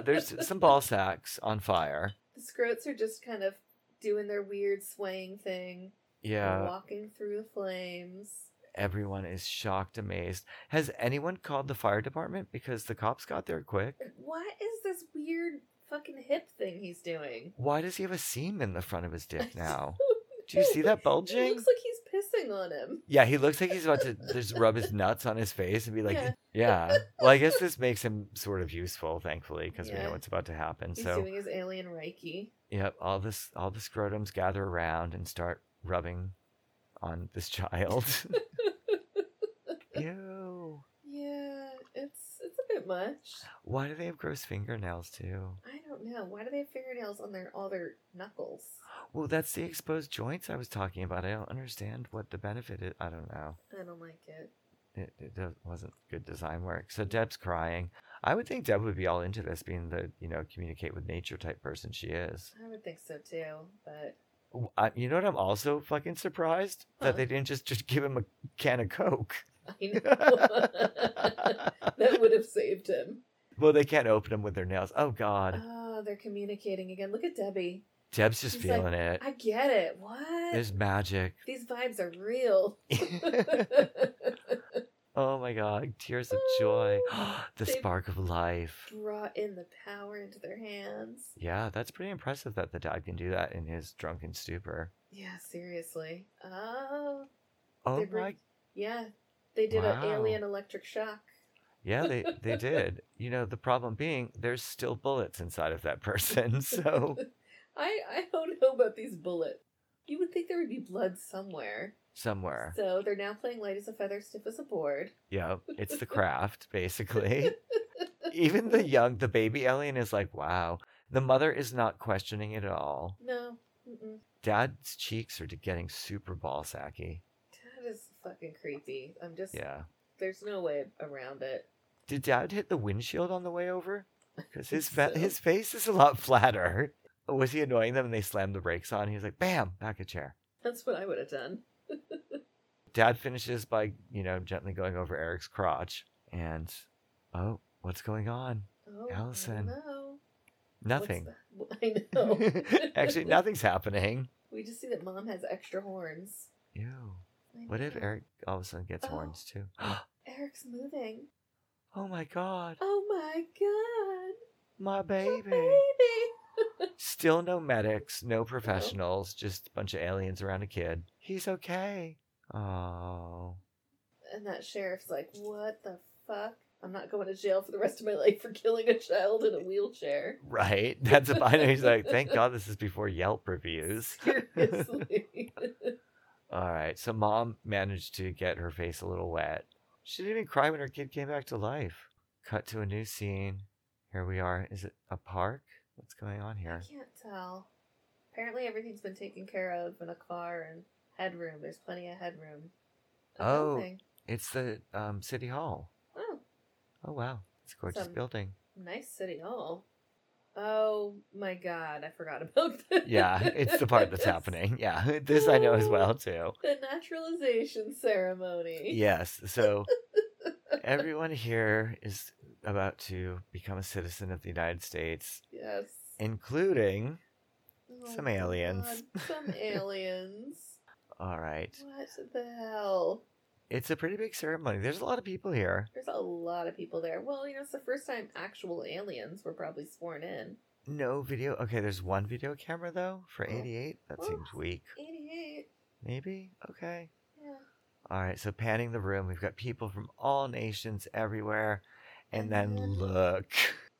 [SPEAKER 2] *laughs*
[SPEAKER 3] there's some ball sacks on fire.
[SPEAKER 2] The scroats are just kind of doing their weird swaying thing,
[SPEAKER 3] Yeah,
[SPEAKER 2] walking through the flames.
[SPEAKER 3] everyone is shocked, amazed. Has anyone called the fire department because the cops got there quick?
[SPEAKER 2] What is this weird fucking hip thing he's doing?
[SPEAKER 3] Why does he have a seam in the front of his
[SPEAKER 2] *laughs*
[SPEAKER 3] dick now?
[SPEAKER 2] don't
[SPEAKER 3] Do you see
[SPEAKER 2] know.
[SPEAKER 3] that
[SPEAKER 2] It
[SPEAKER 3] bulging?
[SPEAKER 2] looks like he's pissing on him.
[SPEAKER 3] Yeah, he looks like he's about to just rub his nuts on his face and be like,
[SPEAKER 2] Yeah.
[SPEAKER 3] yeah. Well, I guess this makes him sort of useful, thankfully, because we
[SPEAKER 2] Yeah.
[SPEAKER 3] know what's about to happen.
[SPEAKER 2] He's
[SPEAKER 3] so,
[SPEAKER 2] doing his alien reiki.
[SPEAKER 3] yep, all this, all the scrotums gather around and start rubbing on this *laughs* child. Ew.
[SPEAKER 2] Yeah, it's it's a bit much.
[SPEAKER 3] Why do they have gross fingernails too?
[SPEAKER 2] I don't know. Why do they have fingernails on their all their knuckles?
[SPEAKER 3] Well, that's the exposed joints I was talking about. I don't understand what the benefit is. I don't know.
[SPEAKER 2] I don't like it.
[SPEAKER 3] It, it do- wasn't good design work. So Deb's crying. I would think Deb would be all into this, being the you know communicate with nature type person she is.
[SPEAKER 2] I would think so too, but *laughs*
[SPEAKER 3] W- I, you know what? I'm also fucking surprised
[SPEAKER 2] Huh.
[SPEAKER 3] that they didn't just just give him a can of coke.
[SPEAKER 2] I
[SPEAKER 3] *laughs*
[SPEAKER 2] know that would have saved him.
[SPEAKER 3] well, they can't open them with their nails. Oh God,
[SPEAKER 2] Oh, they're communicating again. Look at Debbie.
[SPEAKER 3] Deb's just
[SPEAKER 2] he's like,
[SPEAKER 3] feeling it.
[SPEAKER 2] I get it. What?
[SPEAKER 3] There's magic. *laughs*
[SPEAKER 2] These vibes are real.
[SPEAKER 3] oh my God, tears of joy, *gasps* the
[SPEAKER 2] They-
[SPEAKER 3] spark of *laughs* life.
[SPEAKER 2] Brought in the power into their hands.
[SPEAKER 3] Yeah, that's pretty impressive that the dad can do that in his drunken stupor.
[SPEAKER 2] Yeah, seriously. Oh,
[SPEAKER 3] Oh
[SPEAKER 2] They
[SPEAKER 3] my,
[SPEAKER 2] bring- yeah. They did an
[SPEAKER 3] Wow.
[SPEAKER 2] alien electric shock.
[SPEAKER 3] yeah, they
[SPEAKER 2] *laughs*
[SPEAKER 3] they did. You know, the problem being there's still bullets inside of that
[SPEAKER 2] *laughs*
[SPEAKER 3] person. *laughs* So
[SPEAKER 2] I I don't know about these bullets. You would think there would be blood somewhere.
[SPEAKER 3] somewhere,
[SPEAKER 2] So they're now playing light as a feather, stiff as a board.
[SPEAKER 3] yeah, it's the craft
[SPEAKER 2] *laughs*
[SPEAKER 3] basically. Even the young, the baby alien is like, wow. The mother is not questioning it at all.
[SPEAKER 2] No, mm-mm.
[SPEAKER 3] Dad's cheeks are getting super ball sacky.
[SPEAKER 2] that is fucking creepy. I'm just
[SPEAKER 3] Yeah.
[SPEAKER 2] there's no way around it.
[SPEAKER 3] Did Dad hit the windshield on the way over? Because his
[SPEAKER 2] think *laughs*
[SPEAKER 3] fa-
[SPEAKER 2] so.
[SPEAKER 3] his face is a lot *laughs* flatter. Was he annoying them and they slammed the brakes on? He was like, "Bam!" Back a chair.
[SPEAKER 2] That's what I would have done.
[SPEAKER 3] Dad finishes by you know gently going over Eric's crotch and oh, what's going on?
[SPEAKER 2] Oh,
[SPEAKER 3] Allison.
[SPEAKER 2] No,
[SPEAKER 3] Nothing.
[SPEAKER 2] *laughs* I know.
[SPEAKER 3] *laughs*
[SPEAKER 2] *laughs*
[SPEAKER 3] Actually, nothing's happening.
[SPEAKER 2] We just see that mom has extra horns.
[SPEAKER 3] Ew.
[SPEAKER 2] I
[SPEAKER 3] What if
[SPEAKER 2] know.
[SPEAKER 3] Eric all of a sudden gets
[SPEAKER 2] Oh.
[SPEAKER 3] horns too? *gasps*
[SPEAKER 2] Eric's moving?
[SPEAKER 3] oh my God,
[SPEAKER 2] Oh my god,
[SPEAKER 3] my
[SPEAKER 2] my
[SPEAKER 3] baby.
[SPEAKER 2] baby.
[SPEAKER 3] Still no medics, no professionals, just a bunch of aliens around a kid. He's okay. Oh.
[SPEAKER 2] And that sheriff's like, what the fuck? I'm not going to jail for the rest of my life for killing a child in a wheelchair.
[SPEAKER 3] *laughs* Right. That's a I know He's like, thank God this is before Yelp reviews.
[SPEAKER 2] *laughs*
[SPEAKER 3] *laughs*
[SPEAKER 2] Seriously.
[SPEAKER 3] All right. So mom managed to get her face a little wet. She didn't even cry when her kid came back to life. Cut to a new scene. Here we are. Is it a park? What's going on
[SPEAKER 2] I
[SPEAKER 3] here?
[SPEAKER 2] can't tell. Apparently, everything's been taken care of in a car and headroom. There's plenty of headroom. A
[SPEAKER 3] Oh.
[SPEAKER 2] building.
[SPEAKER 3] It's the um, city hall.
[SPEAKER 2] Oh,
[SPEAKER 3] Oh wow, it's a gorgeous
[SPEAKER 2] Some-
[SPEAKER 3] building.
[SPEAKER 2] nice city hall. Oh my god, I forgot about *laughs* that.
[SPEAKER 3] Yeah, it's the
[SPEAKER 2] *laughs*
[SPEAKER 3] part *laughs* that's happening. Yeah, this I know as well too.
[SPEAKER 2] The naturalization *laughs* ceremony.
[SPEAKER 3] Yes. So everyone here is about to become a citizen of the United States,
[SPEAKER 2] Yes.
[SPEAKER 3] including
[SPEAKER 2] Oh
[SPEAKER 3] Some
[SPEAKER 2] my
[SPEAKER 3] aliens.
[SPEAKER 2] God,
[SPEAKER 3] *laughs*
[SPEAKER 2] Some aliens.
[SPEAKER 3] All right.
[SPEAKER 2] What the hell?
[SPEAKER 3] It's a pretty big ceremony. There's a lot of people here.
[SPEAKER 2] There's a lot of people there. Well, you know, it's the first time actual aliens were probably sworn in.
[SPEAKER 3] No video. Okay, there's one video camera though for
[SPEAKER 2] Oh.
[SPEAKER 3] 88. That
[SPEAKER 2] Oh.
[SPEAKER 3] seems weak.
[SPEAKER 2] 88.
[SPEAKER 3] Maybe? Okay.
[SPEAKER 2] Yeah.
[SPEAKER 3] All right, so panning the room, we've got people from all nations everywhere.
[SPEAKER 2] And
[SPEAKER 3] And then
[SPEAKER 2] then-
[SPEAKER 3] look. *laughs*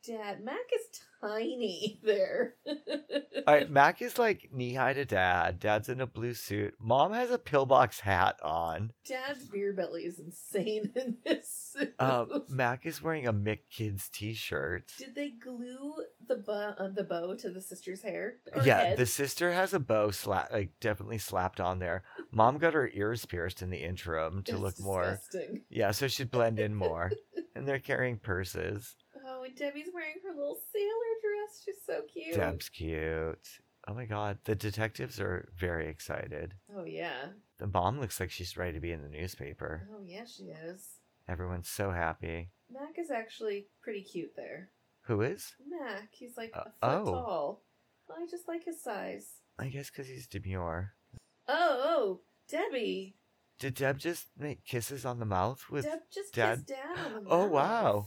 [SPEAKER 2] Dad, Mac is tiny *laughs* there.
[SPEAKER 3] All right, Mac is like knee high to dad. Dad's in a blue suit. Mom has a pillbox hat on.
[SPEAKER 2] Dad's beer belly is insane *laughs* in this. suit. *laughs*
[SPEAKER 3] Um, Mac is wearing a Mick Kids t shirt.
[SPEAKER 2] Did they glue the bow, uh, the bow to the sister's hair? Or
[SPEAKER 3] Yeah,
[SPEAKER 2] head?
[SPEAKER 3] the sister has a bow slap, like definitely slapped on there. Mom got her ears pierced in the interim to
[SPEAKER 2] It's
[SPEAKER 3] look more.
[SPEAKER 2] disgusting.
[SPEAKER 3] Yeah, so she'd blend
[SPEAKER 2] *laughs*
[SPEAKER 3] in more. and they're carrying purses.
[SPEAKER 2] Oh, and Debbie's wearing her little sailor dress. She's so cute.
[SPEAKER 3] Deb's cute. Oh my god, the detectives are very excited.
[SPEAKER 2] Oh yeah.
[SPEAKER 3] The mom looks like she's ready to be in the newspaper.
[SPEAKER 2] Oh yeah, she is.
[SPEAKER 3] Everyone's so happy.
[SPEAKER 2] Mac is actually pretty cute there.
[SPEAKER 3] Who is?
[SPEAKER 2] Mac, he's like
[SPEAKER 3] Uh,
[SPEAKER 2] a foot
[SPEAKER 3] oh.
[SPEAKER 2] tall. I just like his size.
[SPEAKER 3] I guess because he's demure.
[SPEAKER 2] Oh, oh, Debbie.
[SPEAKER 3] Did Deb just make kisses on the mouth with?
[SPEAKER 2] Deb just
[SPEAKER 3] Dad-
[SPEAKER 2] kissed Dad on the
[SPEAKER 3] Oh,
[SPEAKER 2] mouth.
[SPEAKER 3] wow.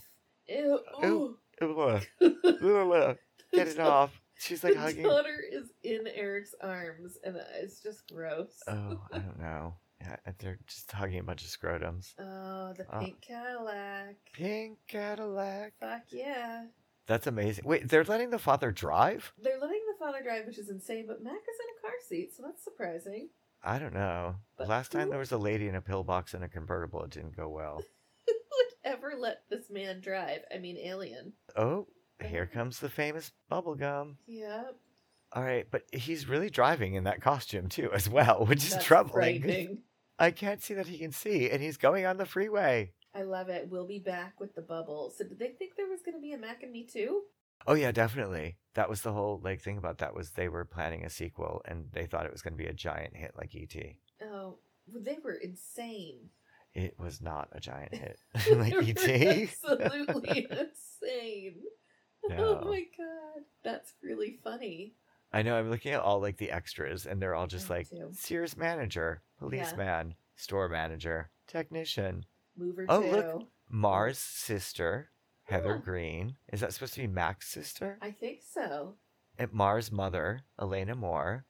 [SPEAKER 2] Ew.
[SPEAKER 3] Ew. *laughs* Ugh,
[SPEAKER 2] ooh.
[SPEAKER 3] ugh, ugh, *laughs*
[SPEAKER 2] *laughs*
[SPEAKER 3] Get it
[SPEAKER 2] The
[SPEAKER 3] off. She's like
[SPEAKER 2] the *laughs*
[SPEAKER 3] hugging.
[SPEAKER 2] daughter is in Eric's arms, and it's just gross.
[SPEAKER 3] Oh, I don't know. Yeah, they're just hugging a bunch of scrotums.
[SPEAKER 2] oh, the
[SPEAKER 3] Oh.
[SPEAKER 2] pink Cadillac.
[SPEAKER 3] Pink Cadillac.
[SPEAKER 2] Fuck yeah.
[SPEAKER 3] That's amazing. Wait, they're letting the father drive?
[SPEAKER 2] They're letting the father drive, which is insane, but Mac is in a car seat, so that's surprising.
[SPEAKER 3] I don't know.
[SPEAKER 2] But
[SPEAKER 3] Last time
[SPEAKER 2] who-
[SPEAKER 3] there was a lady in a pillbox and a convertible. It didn't go well.
[SPEAKER 2] Who would ever let this man drive? I mean, alien.
[SPEAKER 3] Oh, here comes the famous bubblegum.
[SPEAKER 2] Yeah.
[SPEAKER 3] *laughs* All right, but he's really driving in that costume too, as well, *laughs* which is troubling.
[SPEAKER 2] frightening.
[SPEAKER 3] I can't see that he can see, and he's going on the freeway.
[SPEAKER 2] I love it. We'll be back with the bubble. So, did they think there was going to be a Mac and Me too?
[SPEAKER 3] Oh yeah, definitely. That was the whole like thing about that was they were planning a sequel, and they thought it was going to be a giant hit like E E.T.
[SPEAKER 2] Oh, well, they were
[SPEAKER 3] *laughs*
[SPEAKER 2] insane.
[SPEAKER 3] It was not a
[SPEAKER 2] *laughs*
[SPEAKER 3] giant hit *laughs*
[SPEAKER 2] They
[SPEAKER 3] like E
[SPEAKER 2] were
[SPEAKER 3] E.T. *laughs*
[SPEAKER 2] Absolutely insane.
[SPEAKER 3] No.
[SPEAKER 2] Oh my god, that's really funny.
[SPEAKER 3] I know. I'm looking at all like the extras, and they're all just
[SPEAKER 2] Me
[SPEAKER 3] like
[SPEAKER 2] too.
[SPEAKER 3] Sears manager, policeman, store manager, technician,
[SPEAKER 2] Mover
[SPEAKER 3] Oh,
[SPEAKER 2] too.
[SPEAKER 3] look. Mars sister, Heather
[SPEAKER 2] Huh.
[SPEAKER 3] Green. Is that supposed to be Mac's sister?
[SPEAKER 2] I think so.
[SPEAKER 3] And Mars mother, Elena Moore.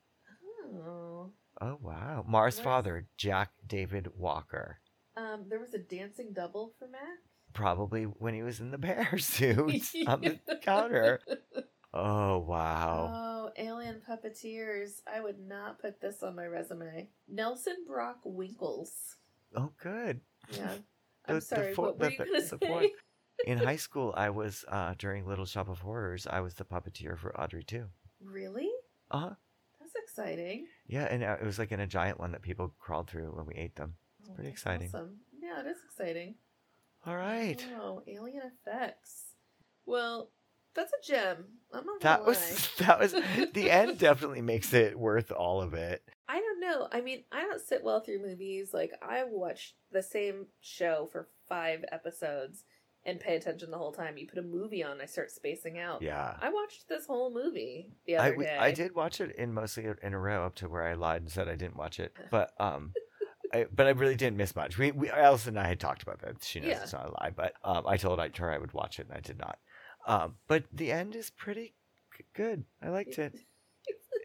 [SPEAKER 2] Oh.
[SPEAKER 3] Oh wow. Mars
[SPEAKER 2] Mars-
[SPEAKER 3] father, Jack David Walker.
[SPEAKER 2] Um, there was a dancing double for Mac.
[SPEAKER 3] Probably when he was in the bear *laughs* suit on the counter. Oh wow.
[SPEAKER 2] Oh, alien puppeteers. I would not put this on my resume. Nelson Brock Winkles.
[SPEAKER 3] oh good. *laughs*
[SPEAKER 2] Yeah.
[SPEAKER 3] The-
[SPEAKER 2] I'm
[SPEAKER 3] the
[SPEAKER 2] sorry,
[SPEAKER 3] four-
[SPEAKER 2] what were
[SPEAKER 3] the-
[SPEAKER 2] you going to
[SPEAKER 3] the four-
[SPEAKER 2] say?
[SPEAKER 3] In high school, I was uh, during Little Shop of Horrors. I was the puppeteer for Audrey too.
[SPEAKER 2] *laughs* Really?
[SPEAKER 3] Uh huh.
[SPEAKER 2] That's exciting.
[SPEAKER 3] Yeah, and uh, it was like in a giant one that people crawled through when we ate them.
[SPEAKER 2] Oh,
[SPEAKER 3] pretty
[SPEAKER 2] that's
[SPEAKER 3] exciting.
[SPEAKER 2] Awesome. Yeah, it is exciting.
[SPEAKER 3] All right.
[SPEAKER 2] Wow, alien effects. Well, that's a gem. I'm not
[SPEAKER 3] That
[SPEAKER 2] gonna
[SPEAKER 3] was
[SPEAKER 2] lie.
[SPEAKER 3] *laughs* that was the end. Definitely makes it worth all of it.
[SPEAKER 2] I don't know. I mean, I don't sit well through movies. Like I watched the same show for five episodes and pay attention the whole time. You put a movie on, I start spacing out.
[SPEAKER 3] Yeah.
[SPEAKER 2] I watched this whole movie the
[SPEAKER 3] I,
[SPEAKER 2] other
[SPEAKER 3] w-
[SPEAKER 2] day.
[SPEAKER 3] I did watch it in mostly in a row up to where I lied and said I didn't
[SPEAKER 2] *laughs*
[SPEAKER 3] watch it, but um, I, but I really didn't miss much. We, we Allison and I had talked about that. She knows
[SPEAKER 2] Yeah.
[SPEAKER 3] it's not a lie, but um, I told I- her I would watch it and I did not. Um, but the end is pretty g- good. I
[SPEAKER 2] *laughs*
[SPEAKER 3] liked it.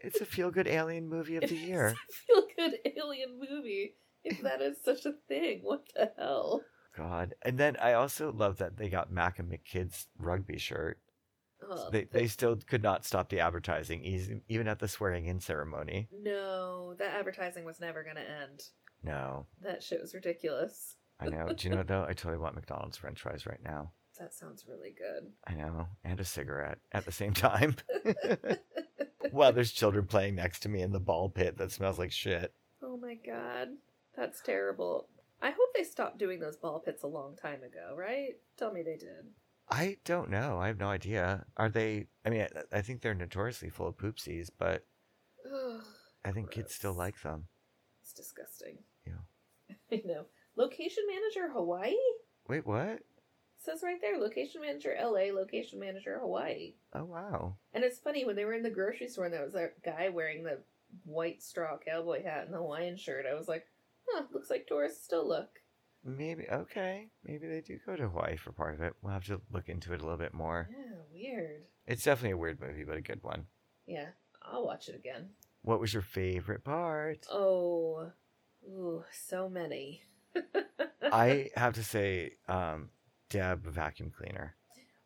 [SPEAKER 3] It's a feel good alien movie of the year.
[SPEAKER 2] Feel good alien movie. If that is such a thing, what the
[SPEAKER 3] *laughs*
[SPEAKER 2] hell?
[SPEAKER 3] God, and then I also love that they got Mac and McKid's rugby shirt.
[SPEAKER 2] Ugh.
[SPEAKER 3] They they still could not stop the advertising, eas- even at the swearing in ceremony.
[SPEAKER 2] No, that advertising was never gonna end.
[SPEAKER 3] No,
[SPEAKER 2] That shit was ridiculous.
[SPEAKER 3] I know. Do you know what, though? I totally want McDonald's French fries right now.
[SPEAKER 2] That sounds really
[SPEAKER 3] *laughs*
[SPEAKER 2] good.
[SPEAKER 3] I know, and a cigarette at the same *laughs* time. While there's children playing next to me in the ball pit that smells like shit.
[SPEAKER 2] Oh my god. That's terrible. I hope they stopped doing those ball pits a long time ago, right? Tell me they did. *sighs*
[SPEAKER 3] I don't know. I have no idea. Are they? I mean, I, I think they're notoriously full of poopsies, but
[SPEAKER 2] Ugh,
[SPEAKER 3] I think kids still
[SPEAKER 2] Gross.
[SPEAKER 3] like them.
[SPEAKER 2] it's disgusting. *laughs*
[SPEAKER 3] Yeah.
[SPEAKER 2] I know. Location manager Hawaii?
[SPEAKER 3] Wait, what?
[SPEAKER 2] says right there, location manager LA, location manager Hawaii.
[SPEAKER 3] Oh wow.
[SPEAKER 2] And it's funny when they were in the grocery store and there was that guy wearing the white straw cowboy hat and the Hawaiian shirt, I was like, huh, looks like tourists still look.
[SPEAKER 3] Maybe okay. Maybe they do go to Hawaii for part of it. We'll have to look into it a little bit more.
[SPEAKER 2] Yeah, weird.
[SPEAKER 3] It's definitely a weird movie, but a good one.
[SPEAKER 2] Yeah, I'll watch it again.
[SPEAKER 3] What was your
[SPEAKER 2] *laughs*
[SPEAKER 3] favorite part?
[SPEAKER 2] Oh, ooh, so many.
[SPEAKER 3] I have to say, um, Deb vacuum cleaner.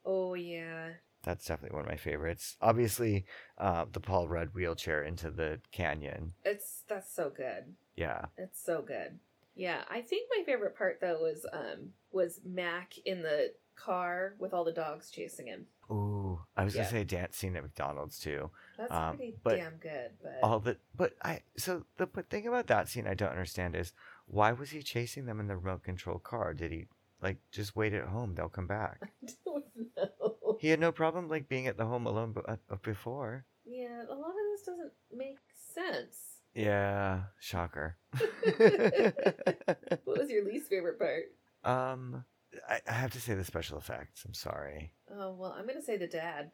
[SPEAKER 2] oh yeah,
[SPEAKER 3] that's definitely one of my favorites. Obviously, uh, the Paul Rudd wheelchair into the canyon.
[SPEAKER 2] It's that's so good.
[SPEAKER 3] Yeah,
[SPEAKER 2] It's so good. Yeah, I think my favorite part though was um was Mac in the car with all the dogs chasing him.
[SPEAKER 3] ooh, I was
[SPEAKER 2] Yeah.
[SPEAKER 3] gonna say a dance scene at McDonald's too.
[SPEAKER 2] That's
[SPEAKER 3] Um,
[SPEAKER 2] pretty
[SPEAKER 3] but
[SPEAKER 2] damn good. But
[SPEAKER 3] All the but I so the but thing about that scene I don't understand is why was he chasing them in the remote control car? Did he like just wait at home? They'll come back. *laughs*
[SPEAKER 2] don't know.
[SPEAKER 3] He had no problem like being at the home alone b- uh, uh, before. *laughs*
[SPEAKER 2] Yeah, a lot of this doesn't make sense.
[SPEAKER 3] Yeah, shocker.
[SPEAKER 2] What was your least favorite part?
[SPEAKER 3] *laughs* um, I, I have to say the special effects. I'm *laughs* sorry.
[SPEAKER 2] Oh well, I'm gonna say the dad.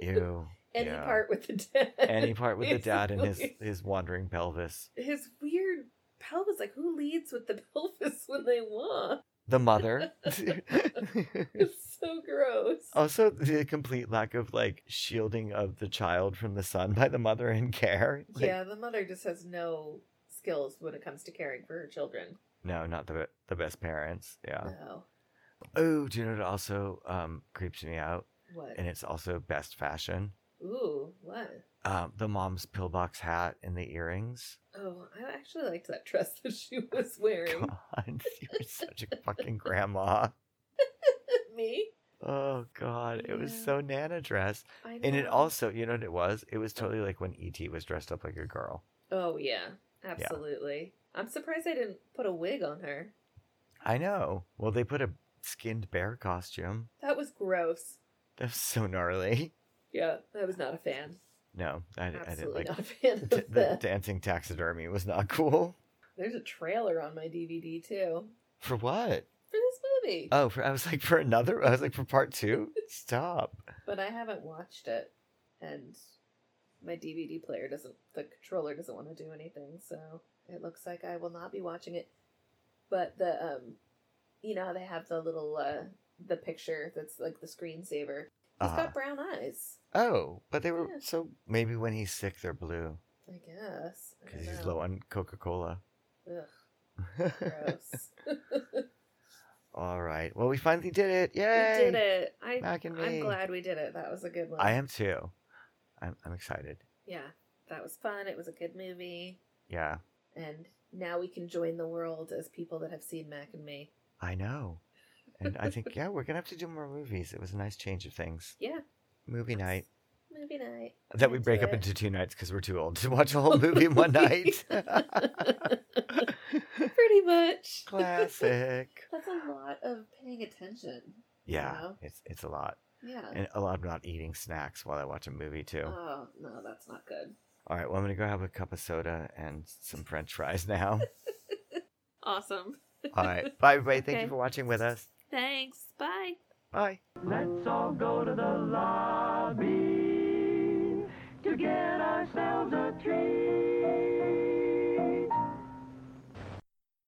[SPEAKER 3] Ew.
[SPEAKER 2] Any
[SPEAKER 3] yeah.
[SPEAKER 2] part with the dad. *laughs*
[SPEAKER 3] Any part with the dad and his
[SPEAKER 2] Basically.
[SPEAKER 3] his wandering pelvis.
[SPEAKER 2] his weird pelvis. Like who leads with the *laughs* pelvis when they
[SPEAKER 3] *laughs*
[SPEAKER 2] walk? *laughs*
[SPEAKER 3] The mother.
[SPEAKER 2] It's so gross.
[SPEAKER 3] also, the complete lack of like shielding of the child from the son by the mother in care. Like,
[SPEAKER 2] yeah, the mother just has no skills when it comes to caring for her children.
[SPEAKER 3] No, not the be- the best parents. Yeah.
[SPEAKER 2] No.
[SPEAKER 3] Oh, do you know what also um creeps me out?
[SPEAKER 2] What?
[SPEAKER 3] And it's also best fashion.
[SPEAKER 2] Ooh, what?
[SPEAKER 3] Um, the mom's pillbox hat and the earrings.
[SPEAKER 2] Oh, I actually liked that dress *laughs* that she was wearing.
[SPEAKER 3] *laughs* God, you're such a fucking grandma.
[SPEAKER 2] *laughs* Me?
[SPEAKER 3] Oh God, it was
[SPEAKER 2] Yeah.
[SPEAKER 3] so Nana dress,
[SPEAKER 2] I
[SPEAKER 3] and it
[SPEAKER 2] know.
[SPEAKER 3] also, you know what it was? It was totally like when ET was dressed up like a girl.
[SPEAKER 2] Oh yeah, absolutely. I'm surprised I didn't put a wig on her.
[SPEAKER 3] I know. Well, they put a skinned bear costume.
[SPEAKER 2] That was gross.
[SPEAKER 3] That was so gnarly. *laughs*
[SPEAKER 2] Yeah, I was not a fan.
[SPEAKER 3] No, I, I didn't
[SPEAKER 2] Absolutely
[SPEAKER 3] like
[SPEAKER 2] not a
[SPEAKER 3] *laughs*
[SPEAKER 2] fan of
[SPEAKER 3] the, the
[SPEAKER 2] that.
[SPEAKER 3] dancing taxidermy was not *laughs* cool.
[SPEAKER 2] There's a trailer on my DVD too
[SPEAKER 3] For what?
[SPEAKER 2] for this movie,
[SPEAKER 3] Oh, for, I was like for another. I was like for part two. Stop.
[SPEAKER 2] but I haven't watched it, and my DVD player doesn't. The controller doesn't want to do anything, so it looks like I will not be watching it. But the um, you know how they have the little uh the picture that's like the screensaver. He's
[SPEAKER 3] Uh,
[SPEAKER 2] got brown eyes,
[SPEAKER 3] oh, but they were
[SPEAKER 2] Yeah.
[SPEAKER 3] so maybe when he's sick they're blue
[SPEAKER 2] I guess. I
[SPEAKER 3] because
[SPEAKER 2] don't
[SPEAKER 3] he's
[SPEAKER 2] know.
[SPEAKER 3] low on Coca Cola.
[SPEAKER 2] Ugh. Gross.
[SPEAKER 3] *laughs* All right. Well, we finally did it.
[SPEAKER 2] we
[SPEAKER 3] Yay!
[SPEAKER 2] did it. I,
[SPEAKER 3] Mac and me.
[SPEAKER 2] I'm glad we did it. That was a good one.
[SPEAKER 3] I am too. I'm, I'm excited.
[SPEAKER 2] Yeah, that was fun. It was a good movie.
[SPEAKER 3] Yeah,
[SPEAKER 2] And now we can join the world as people that have seen Mac and me.
[SPEAKER 3] I know. And I think, yeah, we're going to have to do more movies. It was a nice change of things.
[SPEAKER 2] Yeah.
[SPEAKER 3] Movie night.
[SPEAKER 2] Movie night.
[SPEAKER 3] That we
[SPEAKER 2] Into
[SPEAKER 3] break up
[SPEAKER 2] it.
[SPEAKER 3] into two nights because we're too old to watch a whole Oh, movie in
[SPEAKER 2] *laughs*
[SPEAKER 3] one night. *laughs*
[SPEAKER 2] Pretty much.
[SPEAKER 3] Classic.
[SPEAKER 2] That's a lot of paying attention.
[SPEAKER 3] Yeah,
[SPEAKER 2] Wow.
[SPEAKER 3] it's, it's a lot.
[SPEAKER 2] Yeah.
[SPEAKER 3] And a lot of not eating snacks while I watch a movie, too.
[SPEAKER 2] Oh, no, that's not good.
[SPEAKER 3] All right, well, I'm going to go have a cup of soda and some french fries now.
[SPEAKER 2] Awesome.
[SPEAKER 3] All right. Bye, everybody. Thank
[SPEAKER 2] Okay.
[SPEAKER 3] you for watching with us.
[SPEAKER 2] Thanks. Bye.
[SPEAKER 3] Bye.
[SPEAKER 4] Let's all go to the lobby to get